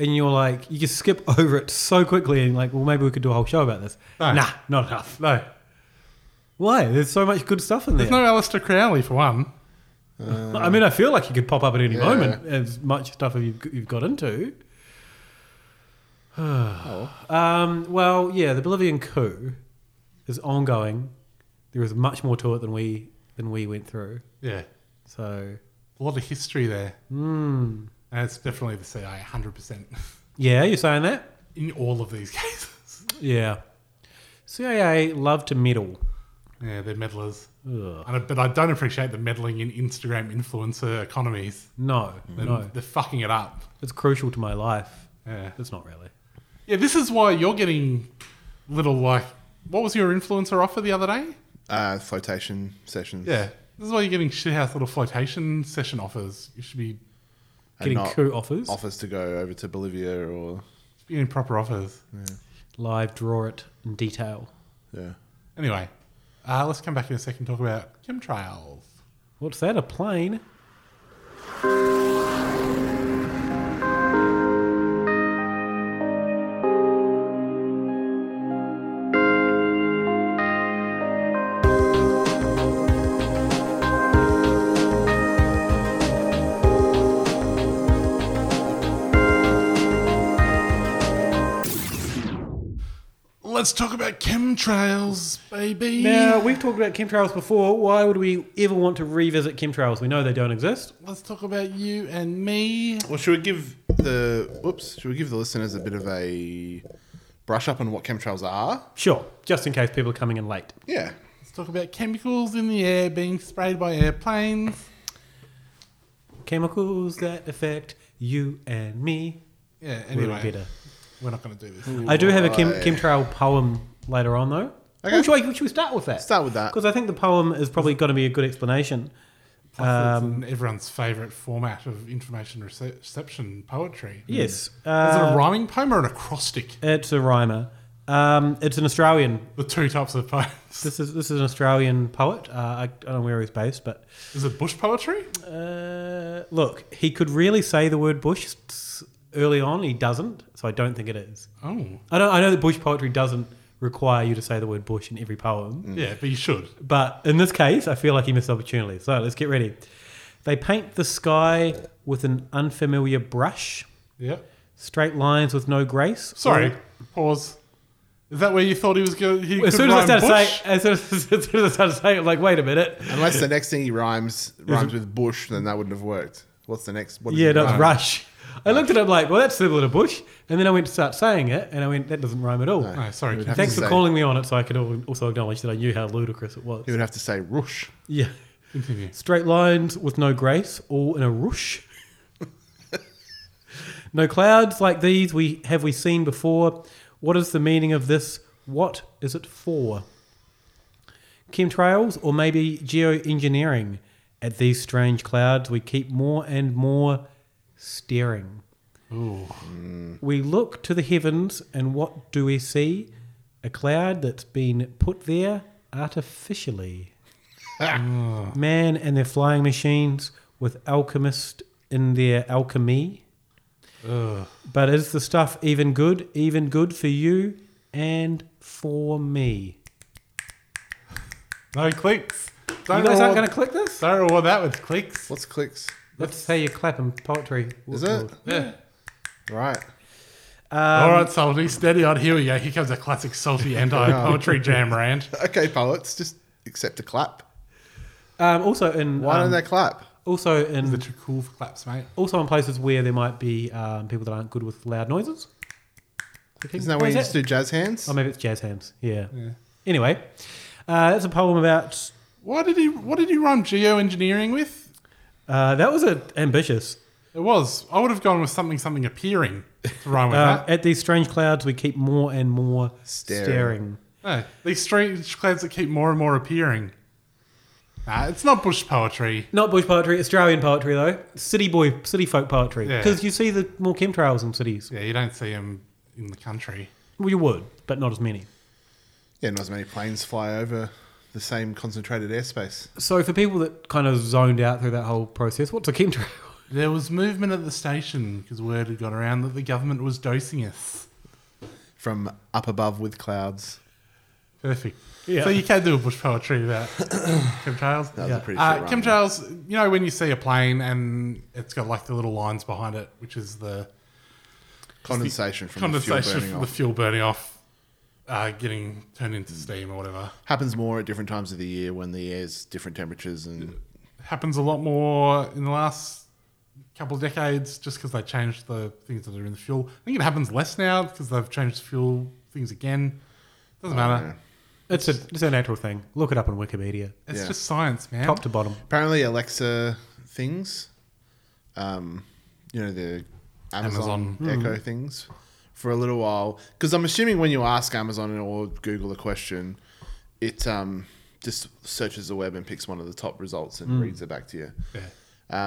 Speaker 9: and you're like, you just skip [laughs] over it so quickly, and like, well, maybe we could do a whole show about this.
Speaker 8: No.
Speaker 9: Nah, not enough.
Speaker 8: No.
Speaker 9: Why? There's so much good stuff in
Speaker 8: There's
Speaker 9: there.
Speaker 8: no Alistair Crowley for one.
Speaker 9: I mean, I feel like you could pop up at any
Speaker 8: Yeah.
Speaker 9: moment as much stuff as you've, you've got into. [sighs] um, well, yeah, the Bolivian coup is ongoing. There is much more to it than we than we went through.
Speaker 8: Yeah.
Speaker 9: So
Speaker 8: a lot of history there.
Speaker 9: Mm.
Speaker 8: And it's definitely the CIA, 100%. [laughs]
Speaker 9: Yeah, you're saying that.
Speaker 8: In all of these cases.
Speaker 9: Yeah. CIA love to meddle.
Speaker 8: Yeah, they're meddlers.
Speaker 9: Ugh.
Speaker 8: And I- but I don't appreciate the meddling in Instagram influencer economies.
Speaker 9: No,
Speaker 8: They're-
Speaker 9: no.
Speaker 8: They're fucking it up.
Speaker 9: It's crucial to my life.
Speaker 8: Yeah.
Speaker 9: It's not really.
Speaker 8: Yeah, this is why you're getting little like. What was your influencer offer the other day?
Speaker 10: Uh, flotation sessions.
Speaker 8: Yeah, this is why you're getting shithouse little flotation session offers. You should be
Speaker 10: And not
Speaker 9: offers?
Speaker 10: Offers to go over to Bolivia or
Speaker 8: getting proper offers.
Speaker 9: Live draw it in detail.
Speaker 10: Yeah.
Speaker 8: Anyway, uh, let's come back in a second and talk about chemtrails.
Speaker 9: What's that? A plane?
Speaker 8: Let's talk about chemtrails, baby.
Speaker 9: Now, we've talked about chemtrails before. Why would we ever want to revisit chemtrails? We know they don't exist.
Speaker 8: let's talk about you and me.
Speaker 10: Well, should we give the whoops? Should we give the listeners a bit of a brush up on what chemtrails are?
Speaker 9: Sure, just in case people are coming in late.
Speaker 10: Yeah.
Speaker 8: Let's talk about chemicals in the air being sprayed by airplanes.
Speaker 9: Chemicals that affect you and me.
Speaker 8: Yeah,
Speaker 9: We're
Speaker 8: anyway.
Speaker 9: better.
Speaker 8: We're not going to do this.
Speaker 9: I do have a chem-
Speaker 8: Why?
Speaker 9: chemtrail poem later on, though.
Speaker 8: Okay.
Speaker 9: Or should, I, should we start with that? Start with that. Because I think the poem is probably going to be a good explanation.
Speaker 8: Plus,
Speaker 9: Um,
Speaker 8: it's in everyone's favourite format of information rece- reception poetry.
Speaker 9: Yes.
Speaker 8: Is it
Speaker 9: Uh,
Speaker 8: a rhyming poem or an acrostic?
Speaker 9: It's a rhymer. Um, it's an Australian.
Speaker 8: The two types of poems.
Speaker 9: This is this is an Australian poet. Uh, I don't know where he's based, but
Speaker 8: Is it bush poetry?
Speaker 9: Uh, look, he could really say the word bush s- early on. He doesn't, so I don't think it is.
Speaker 8: Oh.
Speaker 9: I know. I know that bush poetry doesn't require you to say the word bush in every poem.
Speaker 8: Mm. Yeah, but you should.
Speaker 9: But in this case, I feel like he missed the opportunity. So let's get ready. They paint the sky with an unfamiliar brush.
Speaker 8: Yep.
Speaker 9: Straight lines with no grace.
Speaker 8: Sorry.
Speaker 9: Or-
Speaker 8: Pause. Is that where you thought he was going? He
Speaker 9: As
Speaker 8: could
Speaker 9: soon as I
Speaker 8: rhyme
Speaker 9: started
Speaker 8: bush?
Speaker 9: saying, as soon as, as soon as I started saying, it, I'm like, wait a minute.
Speaker 10: Unless the next thing he rhymes rhymes
Speaker 9: Is
Speaker 10: with bush, then that wouldn't have worked. What's the next? What
Speaker 9: yeah,
Speaker 10: he
Speaker 9: that's
Speaker 10: rhyme?
Speaker 9: Rush. I looked at it like, well, that's similar to Bush. And then I went to start saying it, and I went, that doesn't rhyme at all.
Speaker 8: No, sorry, Keith.
Speaker 9: Thanks for
Speaker 8: Say-
Speaker 9: calling me on it so I could al- also acknowledge that I knew how ludicrous it was.
Speaker 10: He would have to say rush.
Speaker 9: Yeah.
Speaker 8: Continue.
Speaker 9: Straight lines with no grace, all in a rush. no clouds like these we have we seen before. What is the meaning of this? What is it for? Chemtrails or maybe geoengineering. At these strange clouds we keep more and more staring.
Speaker 8: Ooh.
Speaker 9: We look to the heavens and what do we see? A cloud that's been put there artificially. Man and their flying machines with alchemists in their alchemy.
Speaker 8: Ugh.
Speaker 9: But is the stuff even good? Even good for you and for me.
Speaker 8: No clicks.
Speaker 9: You guys aren't gonna
Speaker 8: click this? Don't reward that with clicks.
Speaker 10: What's clicks?
Speaker 9: That's how you clap in poetry.
Speaker 10: Is it?
Speaker 8: Yeah.
Speaker 10: Right.
Speaker 9: Um,
Speaker 8: All right, Salty, steady on. Here we go. Here comes a classic Salty anti
Speaker 9: [laughs]
Speaker 8: poetry jam rant.
Speaker 10: okay, poets, just accept a clap.
Speaker 9: Um, also in
Speaker 10: Why don't
Speaker 9: um,
Speaker 10: they clap?
Speaker 9: Also in
Speaker 8: the too cool for claps, mate.
Speaker 9: Also in places where there might be um, people that aren't good with loud noises.
Speaker 10: Isn't that when you just do jazz hands?
Speaker 9: Oh, maybe it's jazz hands. Yeah.
Speaker 8: Yeah.
Speaker 9: Anyway, uh, that's a poem about.
Speaker 8: Why did he? What did he rhyme geoengineering with?
Speaker 9: Uh, that was a, ambitious.
Speaker 8: It was. I would have gone with something something appearing to rhyme with
Speaker 9: Uh,
Speaker 8: that.
Speaker 9: at these strange clouds, we keep more and more staring.
Speaker 8: No, these strange clouds that keep more and more appearing. Nah, it's not bush poetry.
Speaker 9: Not bush poetry, Australian poetry though. City boy, city folk poetry.
Speaker 8: Yeah.
Speaker 9: Because you see the more chemtrails in cities.
Speaker 8: Yeah, you don't see them in the country.
Speaker 9: Well, you would, but not as many.
Speaker 10: Yeah, not as many planes fly over the same concentrated airspace.
Speaker 9: So for people that kind of zoned out through that whole process, what's a chemtrail?
Speaker 8: There was movement at the station because word had got around that the government was dosing us.
Speaker 10: From up above with clouds.
Speaker 8: Perfect.
Speaker 10: Yeah.
Speaker 8: So you can do a bush poetry
Speaker 9: [coughs]
Speaker 8: about chemtrails.
Speaker 10: That was a Yeah. pretty
Speaker 8: uh,
Speaker 10: short rhyme,
Speaker 8: Chemtrails, you know, when you see a plane and it's got like the little lines behind it, which is the
Speaker 10: Condensation
Speaker 8: just
Speaker 10: from the fuel burning off.
Speaker 8: from
Speaker 10: Mm.
Speaker 8: the fuel burning off, uh, getting turned into steam or whatever.
Speaker 10: Happens more at different times of the year when the air's different temperatures and
Speaker 8: Happens a lot more in the last couple of decades just because they changed the things that are in the fuel. I think it happens less now because they've changed the fuel things again. Doesn't
Speaker 10: Oh,
Speaker 8: matter.
Speaker 9: It's a it's a natural thing. Look it up on Wikipedia.
Speaker 8: It's just science, man.
Speaker 9: Top to bottom.
Speaker 10: Apparently, Alexa uh, things, um, you know, the Amazon,
Speaker 8: Amazon.
Speaker 10: Echo
Speaker 8: Mm.
Speaker 10: things for a little while. Because I'm assuming when you ask Amazon or Google a question, it um, just searches the web and picks one of the top results and
Speaker 8: Mm.
Speaker 10: reads it back to you.
Speaker 8: Yeah.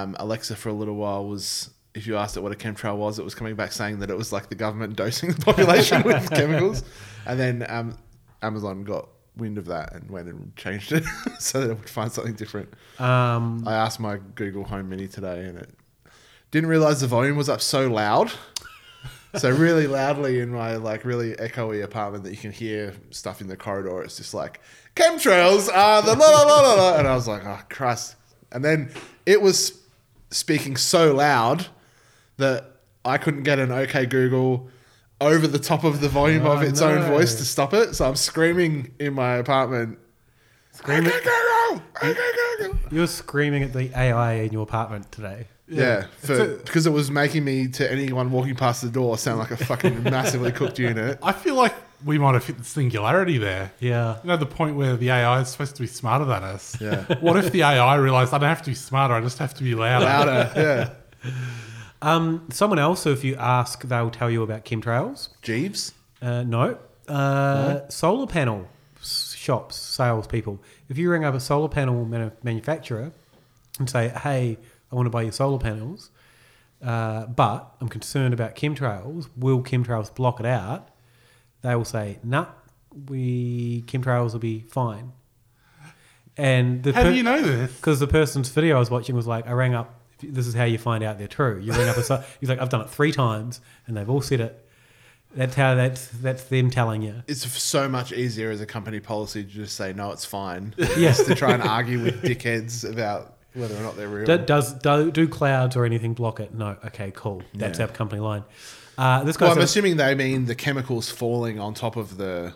Speaker 10: Um, Alexa for a little while was. If you asked it what a chemtrail was, it was coming back saying that it was like the government [laughs] dosing the population with chemicals. And then um, Amazon got wind of that and went and changed it [laughs] so that it would find something different.
Speaker 9: Um,
Speaker 10: I asked my Google Home Mini today, and it didn't realize the volume was up so loud, so really loudly in my like really echoey apartment that you can hear stuff in the corridor. It's just like chemtrails are the la la la la, la, and I was like, oh Christ! And then it was speaking so loud that I couldn't get an OK Google over the top of the volume of
Speaker 9: Oh,
Speaker 10: its
Speaker 9: no.
Speaker 10: own voice to stop it. So I'm screaming in my apartment.
Speaker 9: Screaming.
Speaker 10: You-
Speaker 9: You were screaming at the AI in your apartment today.
Speaker 10: Yeah, for because it was making me to anyone walking past the door sound like a
Speaker 9: [laughs]
Speaker 10: fucking massively cooked unit.
Speaker 8: I feel like we might have hit the singularity there.
Speaker 9: Yeah.
Speaker 8: You know, the point where the AI is supposed to be smarter than us.
Speaker 10: Yeah.
Speaker 8: [laughs] what if the AI realized I don't have to be smarter, I just have to be louder?
Speaker 9: yeah. Um, someone else, who if you ask, they'll tell you about chemtrails.
Speaker 10: Jeeves?
Speaker 9: Uh, no. Uh,
Speaker 10: No?
Speaker 9: Solar panel s- shops, salespeople. If you ring up a solar panel manu- manufacturer and say, hey, I want to buy your solar panels, uh, but I'm concerned about chemtrails, will chemtrails block it out? They will say, nah, we chemtrails will be fine. And the
Speaker 8: How do you know this?
Speaker 9: Because the person's video I was watching was like, I rang up. This is how you find out they're true. You ring up a. so- [laughs] He's like, I've done it three times, and they've all said it. That's how that's that's them telling you.
Speaker 10: It's so much easier as a company policy to just say no, it's
Speaker 9: [laughs]
Speaker 10: fine.
Speaker 9: Yeah.
Speaker 10: Yes, to try and argue with dickheads about whether or not they're real.
Speaker 9: Do, does do, do clouds or anything block it? No. Okay, cool. That's
Speaker 10: Yeah.
Speaker 9: our company line. Uh, this guy.
Speaker 10: well, I'm
Speaker 9: said-
Speaker 10: assuming they mean the chemicals falling on top of the.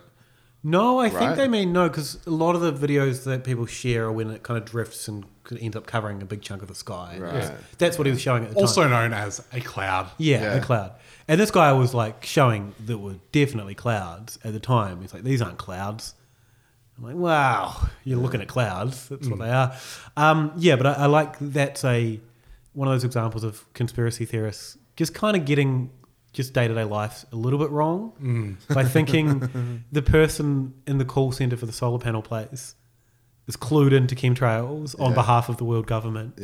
Speaker 9: No, I
Speaker 10: Right?
Speaker 9: think they mean no, because a lot of the videos that people share are when it kind of drifts and could end up covering a big chunk of the sky.
Speaker 8: Right.
Speaker 9: That's- That's what he was showing at the time.
Speaker 8: Also known as a cloud.
Speaker 9: Yeah, a cloud. And this guy was like showing that were definitely clouds at the time. He's like, these aren't clouds. I'm like, wow, you're looking at clouds. That's what
Speaker 8: Mm.
Speaker 9: they are. Um, yeah, but I, I like that's a one of those examples of conspiracy theorists just kind of getting just day to day life a little bit wrong
Speaker 8: Mm.
Speaker 9: by
Speaker 8: [laughs]
Speaker 9: thinking the person in the call center for the solar panel place is clued into chemtrails on
Speaker 8: Yeah.
Speaker 9: behalf of the world government.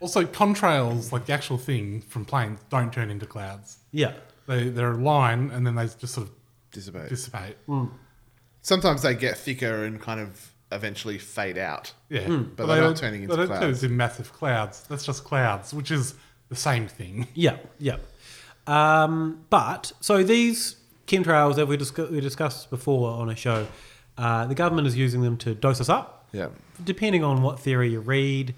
Speaker 8: Also, contrails, like the actual thing from planes, don't turn into clouds.
Speaker 9: Yeah.
Speaker 8: They, they're a line and then they just sort of
Speaker 10: dissipate.
Speaker 8: dissipate.
Speaker 10: Sometimes they get thicker and kind of eventually fade out.
Speaker 8: Yeah.
Speaker 9: Hmm.
Speaker 10: but, they're
Speaker 8: don't-
Speaker 10: not turning into
Speaker 8: They don't turn
Speaker 10: clouds.
Speaker 8: into massive clouds. That's just clouds, which is the same thing. [laughs]
Speaker 9: Yeah, yeah. Um, but so these chemtrails that we, discu- we discussed before on a show, uh, the government is using them to dose us up.
Speaker 10: Yeah.
Speaker 9: Depending on what theory you read,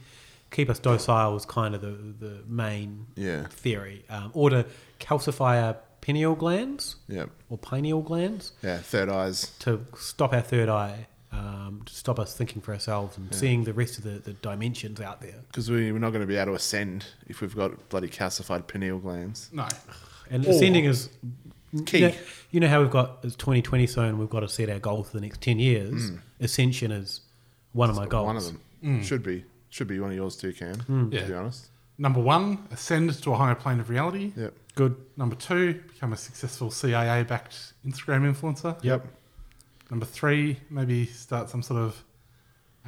Speaker 9: keep us docile is kind of the, the main
Speaker 10: Yeah.
Speaker 9: theory, um, or to calcify our pineal glands.
Speaker 10: Yeah.
Speaker 9: Or pineal glands
Speaker 10: Yeah, third eyes.
Speaker 9: to stop our third eye, um, to stop us thinking for ourselves and
Speaker 10: Yeah.
Speaker 9: seeing the rest of the, the dimensions out there.
Speaker 10: Because we, we're not going to be able to ascend if we've got bloody calcified pineal glands.
Speaker 8: No.
Speaker 9: And
Speaker 10: Or-
Speaker 9: ascending is
Speaker 10: Key.
Speaker 9: You know, you know how we've got it's 2020 soon. We've got to set our goal for the next 10 years.
Speaker 10: Mm.
Speaker 9: Ascension is one of my goals. Hmm.
Speaker 10: One of them
Speaker 8: Mm.
Speaker 10: should be should be one of yours too, Cam. To
Speaker 8: Yeah.
Speaker 10: be honest,
Speaker 8: Number one, ascend to a higher plane of reality.
Speaker 10: Yep.
Speaker 9: Good.
Speaker 8: Number two, become a successful CIA backed Instagram influencer.
Speaker 10: Yep.
Speaker 8: Number three, maybe start some sort of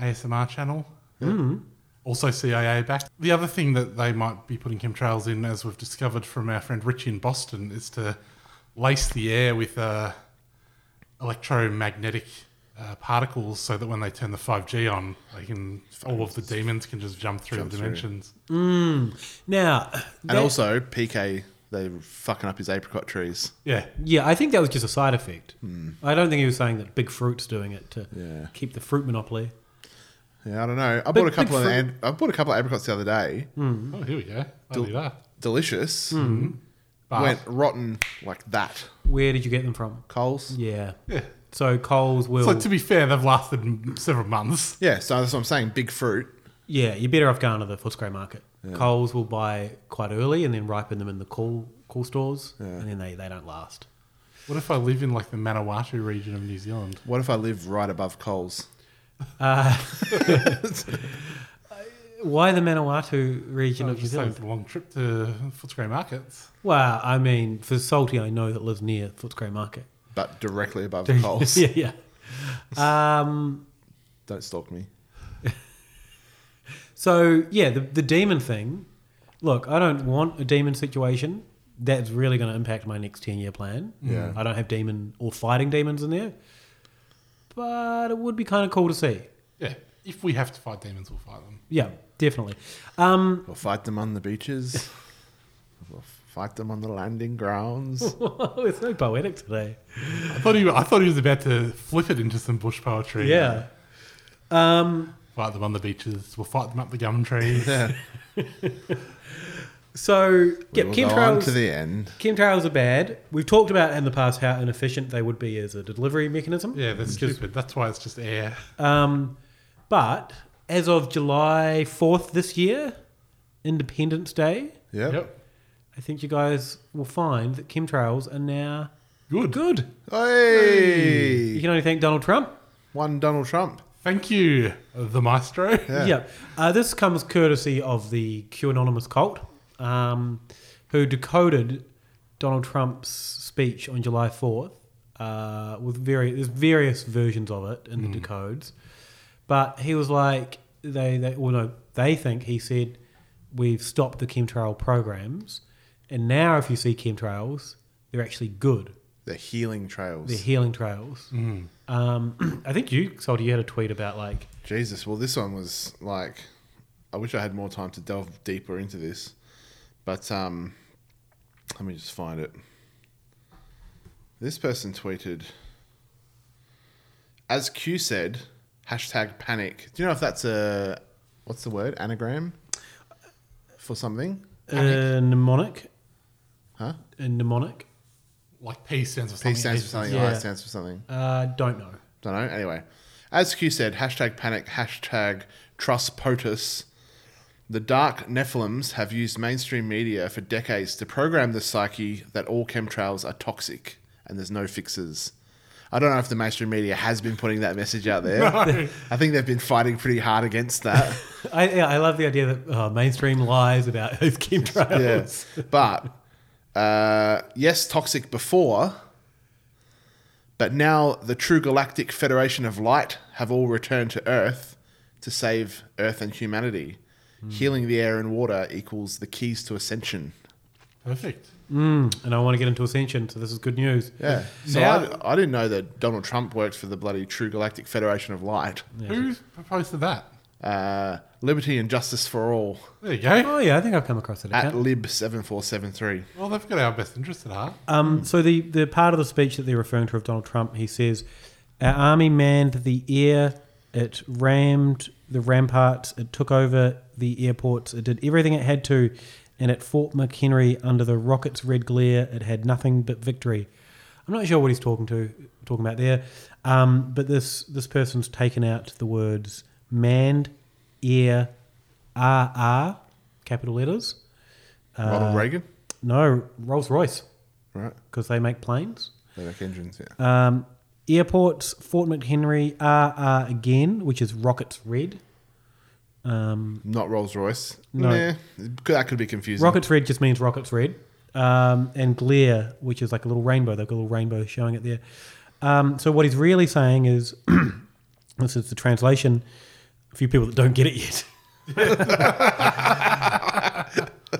Speaker 8: ASMR channel.
Speaker 9: Yeah. Mhm.
Speaker 8: Also CIA backed. The other thing that they might be putting chemtrails in, as we've discovered from our friend Richie in Boston, is to lace the air with uh, electromagnetic uh, particles so that when they turn the 5G on, they can, all of the demons can just jump through
Speaker 10: Jump
Speaker 8: the
Speaker 10: through.
Speaker 8: dimensions.
Speaker 9: Mm. Now,
Speaker 10: and also PK, they were fucking up his apricot trees.
Speaker 8: Yeah.
Speaker 9: Yeah, I think that was just a side effect.
Speaker 10: Mm.
Speaker 9: I don't think he was saying that Big Fruit's doing it to keep the fruit monopoly.
Speaker 10: Yeah, I don't know. I
Speaker 9: Big-
Speaker 10: bought a couple
Speaker 9: big
Speaker 10: of and
Speaker 9: fruit-
Speaker 10: I bought a couple of apricots the other day.
Speaker 9: Mm.
Speaker 8: Oh, here we go. I'll do that.
Speaker 10: Delicious.
Speaker 8: Mm. But-
Speaker 10: Went rotten like that.
Speaker 9: Where did you get them from?
Speaker 10: Coles.
Speaker 9: Yeah.
Speaker 8: Yeah.
Speaker 9: So Coles will.
Speaker 8: So to be fair, they've lasted m- several months.
Speaker 10: Yeah, so that's what I'm saying. Big fruit.
Speaker 9: Yeah, you're better off going to the Footscray market.
Speaker 10: Yeah.
Speaker 9: Coles will buy quite early and then ripen them in the cool cool stores, and then they, they don't last.
Speaker 8: What if I live in like the Manawatu region of New Zealand?
Speaker 10: What if I live right above Coles?
Speaker 9: Uh, [laughs] why the Manawatu region
Speaker 8: Oh,
Speaker 9: of New
Speaker 8: just like
Speaker 9: Zealand?
Speaker 8: a long trip to Footscray Markets.
Speaker 9: Well, I mean, for Salty, I know that lives near Footscray Market.
Speaker 10: But directly
Speaker 9: [laughs]
Speaker 10: above
Speaker 9: Dude,
Speaker 10: Coles.
Speaker 9: yeah, yeah. Um,
Speaker 10: Don't stalk me.
Speaker 9: [laughs] so, yeah, the, the demon thing. Look, I don't want a demon situation. That's really going to impact my next 10 year plan.
Speaker 10: Yeah.
Speaker 9: I don't have demon or fighting demons in there. But it would be kind of cool to see.
Speaker 8: Yeah. If we have to fight demons, we'll fight them.
Speaker 9: Yeah, definitely. Um,
Speaker 10: we'll fight them on the beaches. we'll fight them on the landing grounds.
Speaker 9: it's so poetic today.
Speaker 8: I thought he, I thought he was about to flip it into some bush poetry.
Speaker 9: Yeah. Um,
Speaker 8: Fight them on the beaches. We'll fight them up the
Speaker 10: [laughs]
Speaker 8: gum trees.
Speaker 10: [laughs] Yeah.
Speaker 9: So yeah,
Speaker 10: will go on
Speaker 9: chemtrails
Speaker 10: to the end.
Speaker 9: Chemtrails are bad. We've talked about in the past how inefficient they would be as a delivery mechanism.
Speaker 8: Yeah, that's stupid. That's why it's just air.
Speaker 9: Um, but as of July fourth this year, Independence Day.
Speaker 10: Yep.
Speaker 9: I think you guys will find that chemtrails are now
Speaker 8: good.
Speaker 9: Good.
Speaker 10: Hey.
Speaker 9: You can only thank Donald Trump.
Speaker 10: One Donald Trump.
Speaker 8: Thank you, the maestro.
Speaker 9: Yeah. Uh, this comes courtesy of the Q Anonymous cult, um, who decoded Donald Trump's speech on July 4th uh, with very there's various versions of it in the
Speaker 8: Mm.
Speaker 9: decodes. But he was like, they, they, well, no, they think he said, we've stopped the chemtrail programs. And now if you see chemtrails, they're actually good.
Speaker 10: The healing trails.
Speaker 9: They're healing trails.
Speaker 10: Mm.
Speaker 9: Um, [clears throat] I think you, Salty, you had a tweet about like,
Speaker 10: Jesus. Well, this one was like, I wish I had more time to delve deeper into this, but um, let me just find it. This person tweeted, as Q said, hashtag panic. Do you know if that's a what's the word anagram for something?
Speaker 9: uh, mnemonic.
Speaker 10: Huh?
Speaker 9: A mnemonic.
Speaker 8: [laughs] Like P stands for
Speaker 10: P
Speaker 8: something.
Speaker 10: stands for something.
Speaker 9: Yeah.
Speaker 10: I stands for something.
Speaker 9: Uh, don't know.
Speaker 10: Don't know. Anyway, as Q said, hashtag panic, hashtag trust POTUS. The dark Nephilims have used mainstream media for decades to program the psyche that all chemtrails are toxic and there's no fixes. I don't know if the mainstream media has been putting that message out there.
Speaker 9: No.
Speaker 10: I think they've been fighting pretty hard against that.
Speaker 9: I, yeah, I love the idea that uh, mainstream lies about those chemtrails.
Speaker 10: Yeah. [laughs] But uh, yes, toxic before, but now the true Galactic Federation of Light have all returned to Earth to save Earth and humanity.
Speaker 9: Hmm.
Speaker 10: Healing the air and water equals the keys to ascension.
Speaker 8: Perfect.
Speaker 9: Mm, and I want to get into Ascension, so this is good news.
Speaker 10: Yeah. So
Speaker 9: Now,
Speaker 10: I, I didn't know that Donald Trump works for the bloody True Galactic Federation of Light.
Speaker 8: Who posted that?
Speaker 10: Uh, Liberty and Justice for All.
Speaker 8: There you go.
Speaker 9: oh yeah, I think I've come across it.
Speaker 10: At lib7473.
Speaker 8: Well, they've got our best interest at heart.
Speaker 9: Um, so the, the part of the speech that they're referring to of Donald Trump, he says, "Our army manned the air, it rammed the ramparts, it took over the airports, it did everything it had to, and it fought McHenry under the rocket's red glare. It had nothing but victory." I'm not sure what he's talking to talking about there, um, but this this person's taken out the words manned, air, RR, capital letters.
Speaker 10: Ronald Reagan?
Speaker 9: No, Rolls Royce.
Speaker 10: Right.
Speaker 9: Because they make planes.
Speaker 10: They make engines, yeah.
Speaker 9: Um, airports, Fort McHenry, RR again, which is Rockets Red. Um,
Speaker 10: Not Rolls Royce.
Speaker 9: No.
Speaker 10: Nah, that could be confusing.
Speaker 9: Rockets Red just means Rockets Red. Um, and glare, which is like a little rainbow. They've got a little rainbow showing it there. Um, so what he's really saying is, [clears throat] this is the translation. A few people that don't get it yet.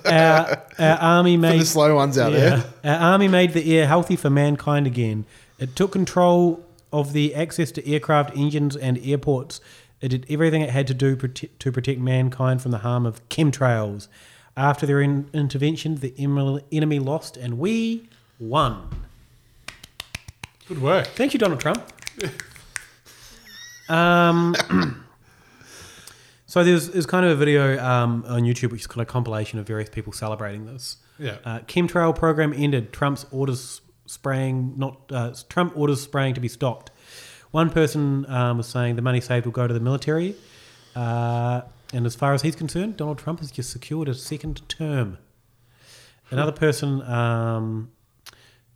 Speaker 9: our, our army made
Speaker 10: the slow ones out there.
Speaker 9: Our army made the air healthy for mankind again. It took control of the access to aircraft, engines, and airports. It did everything it had to do prote- to protect mankind from the harm of chemtrails. After their in- intervention, the em- enemy lost, and we won.
Speaker 8: Good work.
Speaker 9: Thank you, Donald
Speaker 8: [laughs]
Speaker 9: Trump. Um, [clears throat] so there's, there's kind of a video um, on YouTube which is kind of a compilation of various people celebrating this.
Speaker 8: Yeah.
Speaker 9: Uh, chemtrail program ended. Trump's orders spraying not uh, Trump orders spraying to be stopped. One person um, was saying the money saved will go to the military. Uh, and as far as he's concerned, Donald Trump has just secured a second term. Another person um,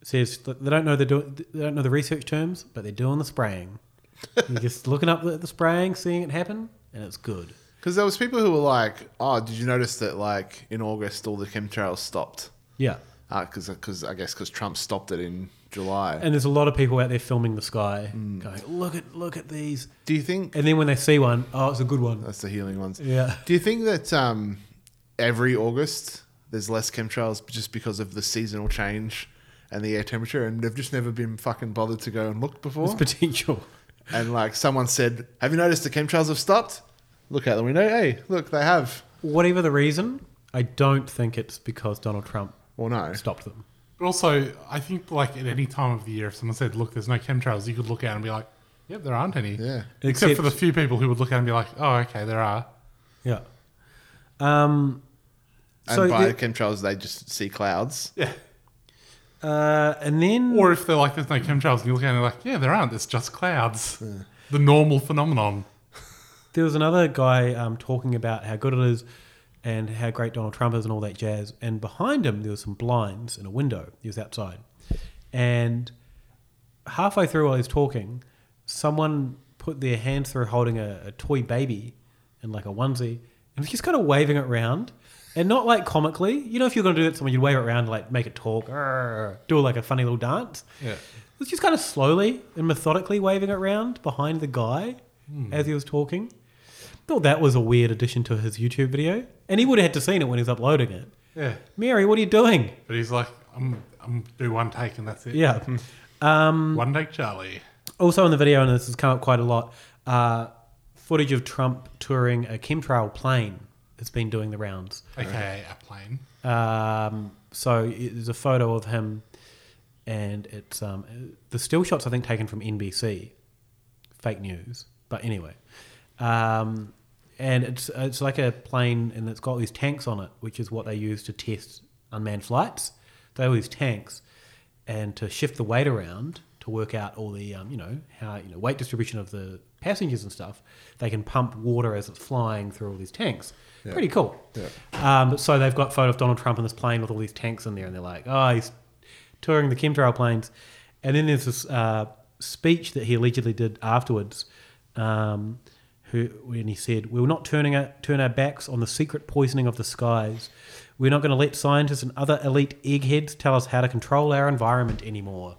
Speaker 9: says they don't know the do- they don't know the research terms, but they're doing the spraying. You're just looking up the, the spraying, seeing it happen, and it's good.
Speaker 10: Because there was people who were like, "Oh, did you notice that like in August all the chemtrails stopped?"
Speaker 9: Yeah.
Speaker 10: Because because I guess because Trump stopped it in July.
Speaker 9: And there's a lot of people out there filming the sky, going, "Look at look at these." Mm. Do you think? And then when they see one, oh, it's a good one.
Speaker 10: That's the healing ones.
Speaker 9: Yeah.
Speaker 10: Do you think that um, every August there's less chemtrails just because of the seasonal change and the air temperature, and they've just never been fucking bothered to go and look before?
Speaker 9: There's potential.
Speaker 10: [laughs] And like someone said, "Have you noticed the chemtrails have stopped?" Look out the window. Hey, look, they have.
Speaker 9: Whatever the reason, I don't think it's because Donald Trump
Speaker 10: well, no.
Speaker 9: stopped them.
Speaker 8: But also, I think like at any time of the year, if someone said, "Look, there's no chemtrails," you could look out and be like, "Yep, there aren't any."
Speaker 10: Yeah.
Speaker 8: Except, for the
Speaker 9: Except-
Speaker 8: few people who would look out and be like, "Oh, okay, there are."
Speaker 9: Yeah. Um.
Speaker 10: And
Speaker 9: so
Speaker 10: by
Speaker 9: the-
Speaker 10: chemtrails, they just see clouds.
Speaker 8: Yeah.
Speaker 9: Uh, and then,
Speaker 8: or if they're like, "There's no chemtrails," and you look out and they're like, "Yeah, there aren't. It's just clouds." The normal phenomenon.
Speaker 9: There was another guy um, talking about how good it is and how great Donald Trump is and all that jazz. And behind him, there was some blinds and a window. He was outside. And halfway through while he was talking, someone put their hand through holding a, a toy baby in like a onesie and was just kind of waving it around. And not like comically. You know, if you're going to do that to someone, you'd wave it around, like make it talk, "Arr," do like a funny little dance.
Speaker 8: Yeah.
Speaker 9: It was just kind of slowly and methodically waving it around behind the guy
Speaker 8: Hmm.
Speaker 9: as he was talking. Thought that was a weird addition to his YouTube video, and he would have had to seen it when he was uploading it.
Speaker 8: Yeah.
Speaker 9: Mary, what are you doing?
Speaker 8: But he's like, "I'm, I'm do one take and that's it."
Speaker 9: Yeah. Um,
Speaker 8: One take, Charlie.
Speaker 9: Also in the video, and this has come up quite a lot, uh, footage of Trump touring a chemtrail plane has been doing the rounds.
Speaker 8: Okay, a plane.
Speaker 9: Um, so it- there's a photo of him, and it's um, the still shots I think taken from NBC, fake news. But anyway, um, and it's it's like a plane, and it's got these tanks on it, which is what they use to test unmanned flights. They have these tanks, and to shift the weight around to work out all the um, you know how you know weight distribution of the passengers and stuff. They can pump water as it's flying through all these tanks.
Speaker 10: Yeah.
Speaker 9: Pretty cool.
Speaker 10: Yeah.
Speaker 9: Um, so they've got photo of Donald Trump in this plane with all these tanks in there, and they're like, "Oh, he's touring the chemtrail planes." And then there's this uh, speech that he allegedly did afterwards, um, who when he said, "We will not turning our, turn our backs on the secret poisoning of the skies. We're not going to let scientists and other elite eggheads tell us how to control our environment anymore."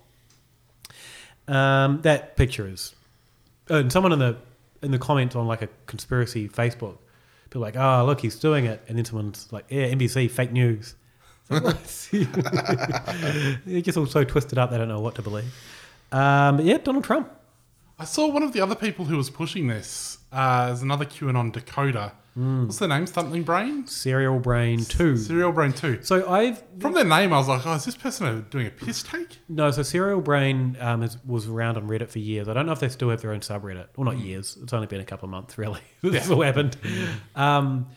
Speaker 9: Um, that picture is, oh, and someone in the in the comments on like a conspiracy Facebook, people like, oh look, he's doing it, and then someone's like, yeah, NBC fake news. [laughs] They're just all so twisted up; they don't know what to believe. Um, yeah, Donald Trump.
Speaker 8: I saw one of the other people who was pushing this. Uh, there's another QAnon Dakota.
Speaker 9: Mm.
Speaker 8: What's their name? Something Brain?
Speaker 9: Serial Brain Two.
Speaker 8: Serial Brain Two.
Speaker 9: So I've
Speaker 8: from their name, I was like, oh, is this person uh, doing a piss take?
Speaker 9: No, so Serial Brain um, is, was around on Reddit for years. I don't know if they still have their own subreddit. Well, not years. It's only been a couple of months, really. [laughs] this has
Speaker 8: Yeah.
Speaker 9: all happened. [laughs] Um,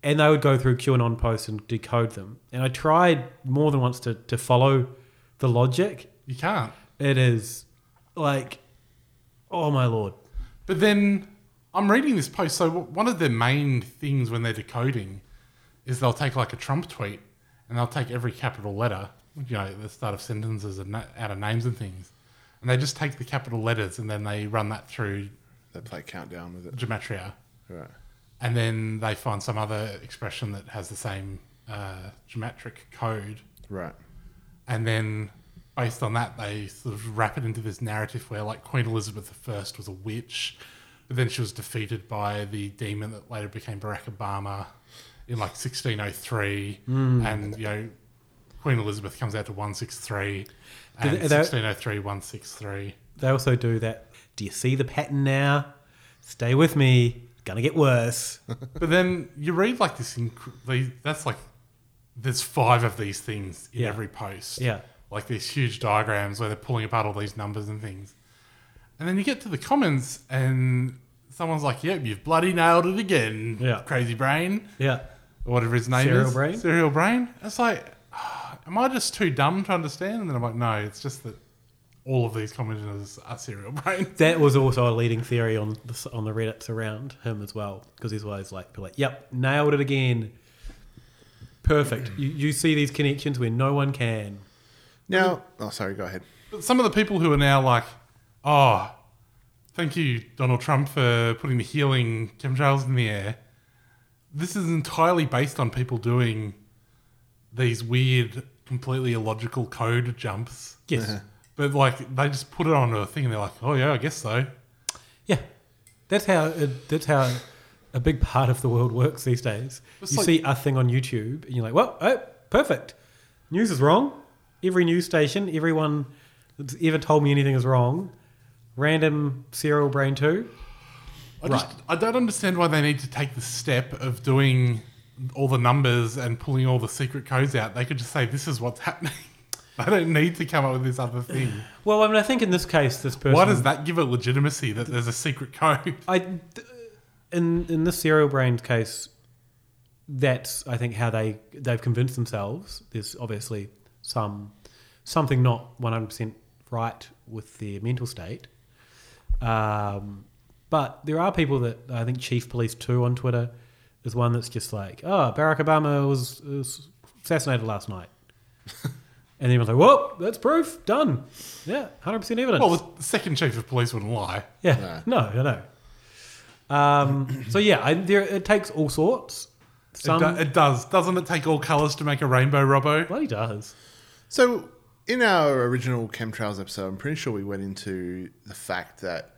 Speaker 9: and they would go through QAnon posts and decode them. And I tried more than once to, to follow the logic.
Speaker 8: You can't.
Speaker 9: It is like, oh my lord.
Speaker 8: But then I'm reading this post. So w- one of their main things when they're decoding is they'll take like a Trump tweet and they'll take every capital letter, you know, the start of sentences and na- out of names and things, and they just take the capital letters and then they run that through.
Speaker 10: They play countdown with it.
Speaker 8: Gematria.
Speaker 10: Right.
Speaker 8: And then they find some other expression that has the same uh, geometric code.
Speaker 10: Right.
Speaker 8: And then based on that, they sort of wrap it into this narrative where, like, Queen Elizabeth I was a witch, but then she was defeated by the demon that later became Barack Obama in like 1603.
Speaker 9: Mm.
Speaker 8: And, you know, Queen Elizabeth comes out to 163
Speaker 9: Did
Speaker 8: and
Speaker 9: they- they-
Speaker 8: 1603, 163.
Speaker 9: They also do that. Do you see the pattern now? Stay with me. Gonna get worse.
Speaker 8: [laughs] but then you read like this. Inc- they, that's like there's five of these things in
Speaker 9: Yeah.
Speaker 8: every post.
Speaker 9: Yeah.
Speaker 8: like these huge diagrams where they're pulling apart all these numbers and things. And then you get to the comments, and someone's like, "Yep, you've bloody nailed it again,
Speaker 9: Yeah.
Speaker 8: crazy brain."
Speaker 9: Yeah.
Speaker 8: or whatever his name
Speaker 9: Serial
Speaker 8: is,
Speaker 9: brain?
Speaker 8: Serial brain. It's like, [sighs] ah, am I just too dumb to understand? And then I'm like, no, it's just that all of these commenters are [laughs] serial brain.
Speaker 9: That was also a leading theory on the, on the Reddit's around him as well, because he's always like, be like, "Yep, nailed it again, perfect." You, you see these connections where no one can.
Speaker 10: Now, oh, sorry, go ahead.
Speaker 8: But some of the people who are now like, oh, thank you, Donald Trump, for putting the healing chemtrails in the air. This is entirely based on people doing these weird, completely illogical code jumps.
Speaker 9: Yes. Uh-huh.
Speaker 8: But like, they just put it onto a thing and they're like, oh, yeah, I guess so.
Speaker 9: That's how it, that's how a big part of the world works these days.
Speaker 8: It's
Speaker 9: you
Speaker 8: like-
Speaker 9: see a thing on YouTube and you're like, well, oh, perfect. News is wrong. Every news station, everyone that's ever told me anything is wrong. Random cereal brain two.
Speaker 8: I, just, I don't understand why they need to take the step of doing all the numbers and pulling all the secret codes out. They could just say, this is what's happening. [laughs] They don't need to come up with this other thing.
Speaker 9: Well, I mean, I think in this case, this person.
Speaker 8: Why does that give it legitimacy that there's a secret code?
Speaker 9: I, th- in in the cereal brain case, that's I think how they they've convinced themselves. There's obviously some something not one hundred percent right with their mental state. Um, but there are people that I think Chief Police Two on Twitter is one that's just like, oh, Barack Obama was, was assassinated last night. [laughs] And then was like, "Well, that's proof. Done. Yeah, hundred percent evidence."
Speaker 8: Well, Oh, the second chief of police wouldn't lie.
Speaker 9: Yeah. No, no, no. Um, so yeah, I, there, it takes all sorts. Some,
Speaker 8: it, do- it does. Doesn't it take all colours to make a rainbow, Robbo?
Speaker 9: Bloody does.
Speaker 10: So, in our original chemtrails episode, I'm pretty sure we went into the fact that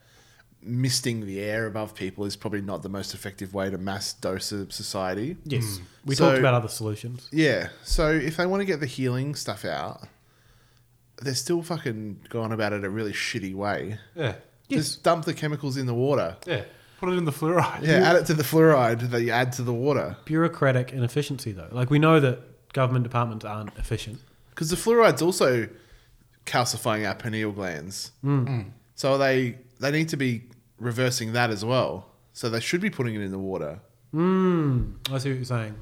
Speaker 10: misting the air above people is probably not the most effective way to mass dose a society.
Speaker 9: Yes. We talked about other solutions.
Speaker 10: Yeah. So if they want to get the healing stuff out, they're still fucking going about it a really shitty way.
Speaker 8: Yeah.
Speaker 10: Just dump the chemicals in the water.
Speaker 8: Yeah. Put it in the fluoride.
Speaker 10: Yeah, add it to the fluoride that you add to the water.
Speaker 9: bureaucratic inefficiency though. Like we know that government departments aren't efficient.
Speaker 10: Because the fluoride's also calcifying our pineal glands.
Speaker 9: Mm. Mm.
Speaker 10: So they they need to be reversing that as well. So they should be putting it in the water.
Speaker 9: Mm, I see what you're saying.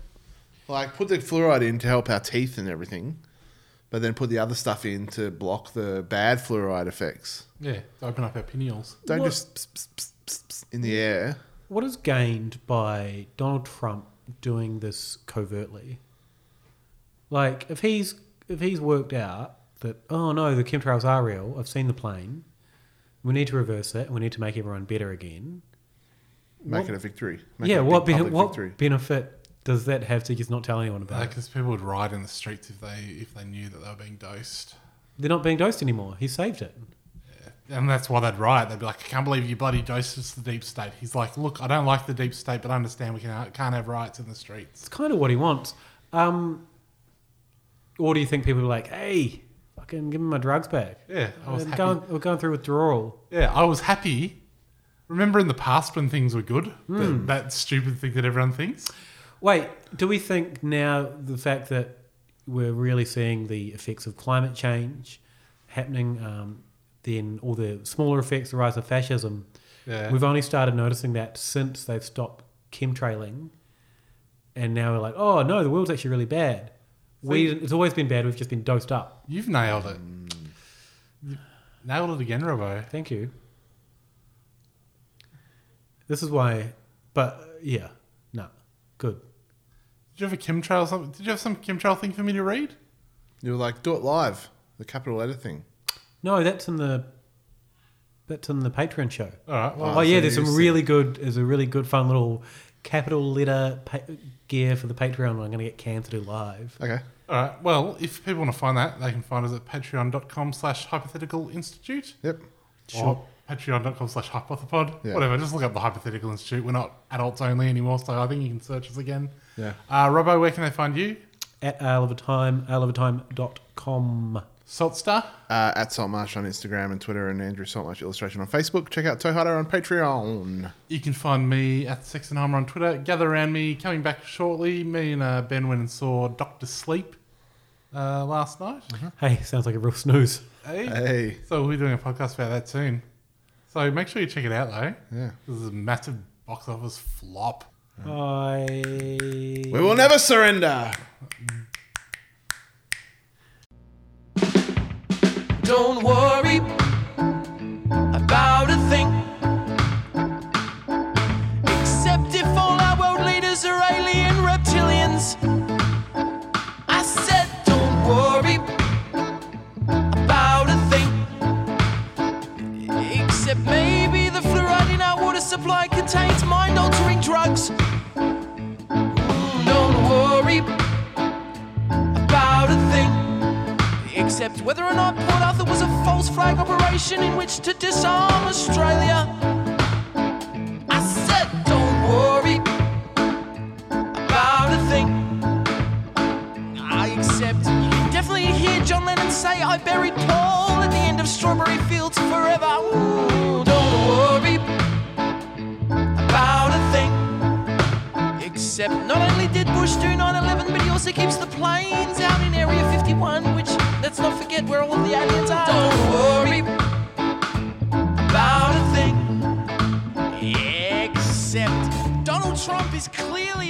Speaker 10: Like put the fluoride in to help our teeth and everything, but then put the other stuff in to block the bad fluoride effects.
Speaker 8: Yeah. To open up our pineals.
Speaker 10: Don't
Speaker 9: What-
Speaker 10: just pss, pss, pss, pss, pss in the air.
Speaker 9: What is gained by Donald Trump doing this covertly? Like if he's if he's worked out that oh no the chemtrails are real I've seen the plane we need to reverse it and we need to make everyone better again.
Speaker 10: Make
Speaker 9: What-
Speaker 10: it a victory. Make
Speaker 9: yeah,
Speaker 10: it a
Speaker 9: what
Speaker 10: big
Speaker 9: bene-
Speaker 10: public
Speaker 9: what
Speaker 10: victory.
Speaker 9: benefit does that have to just not tell anyone about? it?
Speaker 8: Because people would riot in the streets if they if they knew that they were being dosed,
Speaker 9: They're not being dosed anymore. He saved it.
Speaker 8: and that's why they'd riot. They'd be like, "I can't believe you bloody dosed us to the deep state." He's like, "Look, I don't like the deep state, but I understand we can, can't have riots in the streets."
Speaker 9: It's kind of what he wants. Um, or do you think people are like, hey, fucking give him my drugs back?
Speaker 8: Yeah, I was
Speaker 9: I'm
Speaker 8: happy.
Speaker 9: going, we're going through withdrawal.
Speaker 8: Yeah, I was happy. Remember in the past when things were good,
Speaker 9: Hmm.
Speaker 8: that, that stupid thing that everyone thinks.
Speaker 9: Wait, do we think now the fact that we're really seeing the effects of climate change happening, um, then all the smaller effects, the rise of fascism,
Speaker 8: Yeah.
Speaker 9: we've only started noticing that since they've stopped chemtrailing. And now we're like, oh no, the world's actually really bad. We,
Speaker 8: See-
Speaker 9: it's always been bad. We've just been dosed up.
Speaker 8: You've nailed it. You nailed it again, Robo.
Speaker 9: Thank you. This is why, but uh, yeah, no, good.
Speaker 8: Did you have a chemtrail? Something? Did you have some chemtrail thing for me to read?
Speaker 10: You were like, do it live. The capital letter thing.
Speaker 9: No, that's in the that's in the Patreon show.
Speaker 8: All right, well,
Speaker 9: oh yeah,
Speaker 8: so
Speaker 9: there's
Speaker 8: you
Speaker 9: some
Speaker 8: said-
Speaker 9: really good. There's a really good fun little capital letter pa- gear for the Patreon. I'm going to get Cam to do live.
Speaker 10: Okay.
Speaker 8: All right. Well, if people want to find that, they can find us at patreon.com slash hypothetical institute.
Speaker 10: Yep.
Speaker 8: Or patreon.com slash hypothepod.
Speaker 10: Yeah.
Speaker 8: Whatever. Just look up the hypothetical institute. We're not adults only anymore, so I think you can search us again.
Speaker 10: Yeah.
Speaker 8: Uh, Robbo, where can they find you?
Speaker 9: At Ale of a Time, aleofatime.com.
Speaker 8: Saltstar?
Speaker 10: Uh, at Saltmarsh on Instagram and Twitter and Andrew Saltmarsh Illustration on Facebook. Check out Tohada on Patreon.
Speaker 8: You can find me at Sexenheimer on Twitter. Gather around me. Coming back shortly. Me and uh, Ben went and saw Doctor Sleep uh, last night.
Speaker 9: Hey, sounds like a real snooze.
Speaker 8: Hey.
Speaker 10: Hey.
Speaker 8: So we're doing a podcast about that soon. So make sure you check it out though.
Speaker 10: Yeah.
Speaker 8: This is a massive box office flop.
Speaker 9: I...
Speaker 10: We will never surrender.
Speaker 11: Don't worry about a thing. Except if all our world leaders are alien reptilians. I said, don't worry Mm, accept whether or not Port Arthur was a false flag operation in which to disarm Australia. I said, don't worry about a thing. I accept. You can definitely hear John Lennon say, I buried Paul at the end of Strawberry Fields forever. Ooh, don't worry about a thing. Except not only did Bush do 9-11, but he also keeps the planes out in Area 51, which let's not forget where all the aliens are. Don't worry about a thing. Except Donald Trump is clearly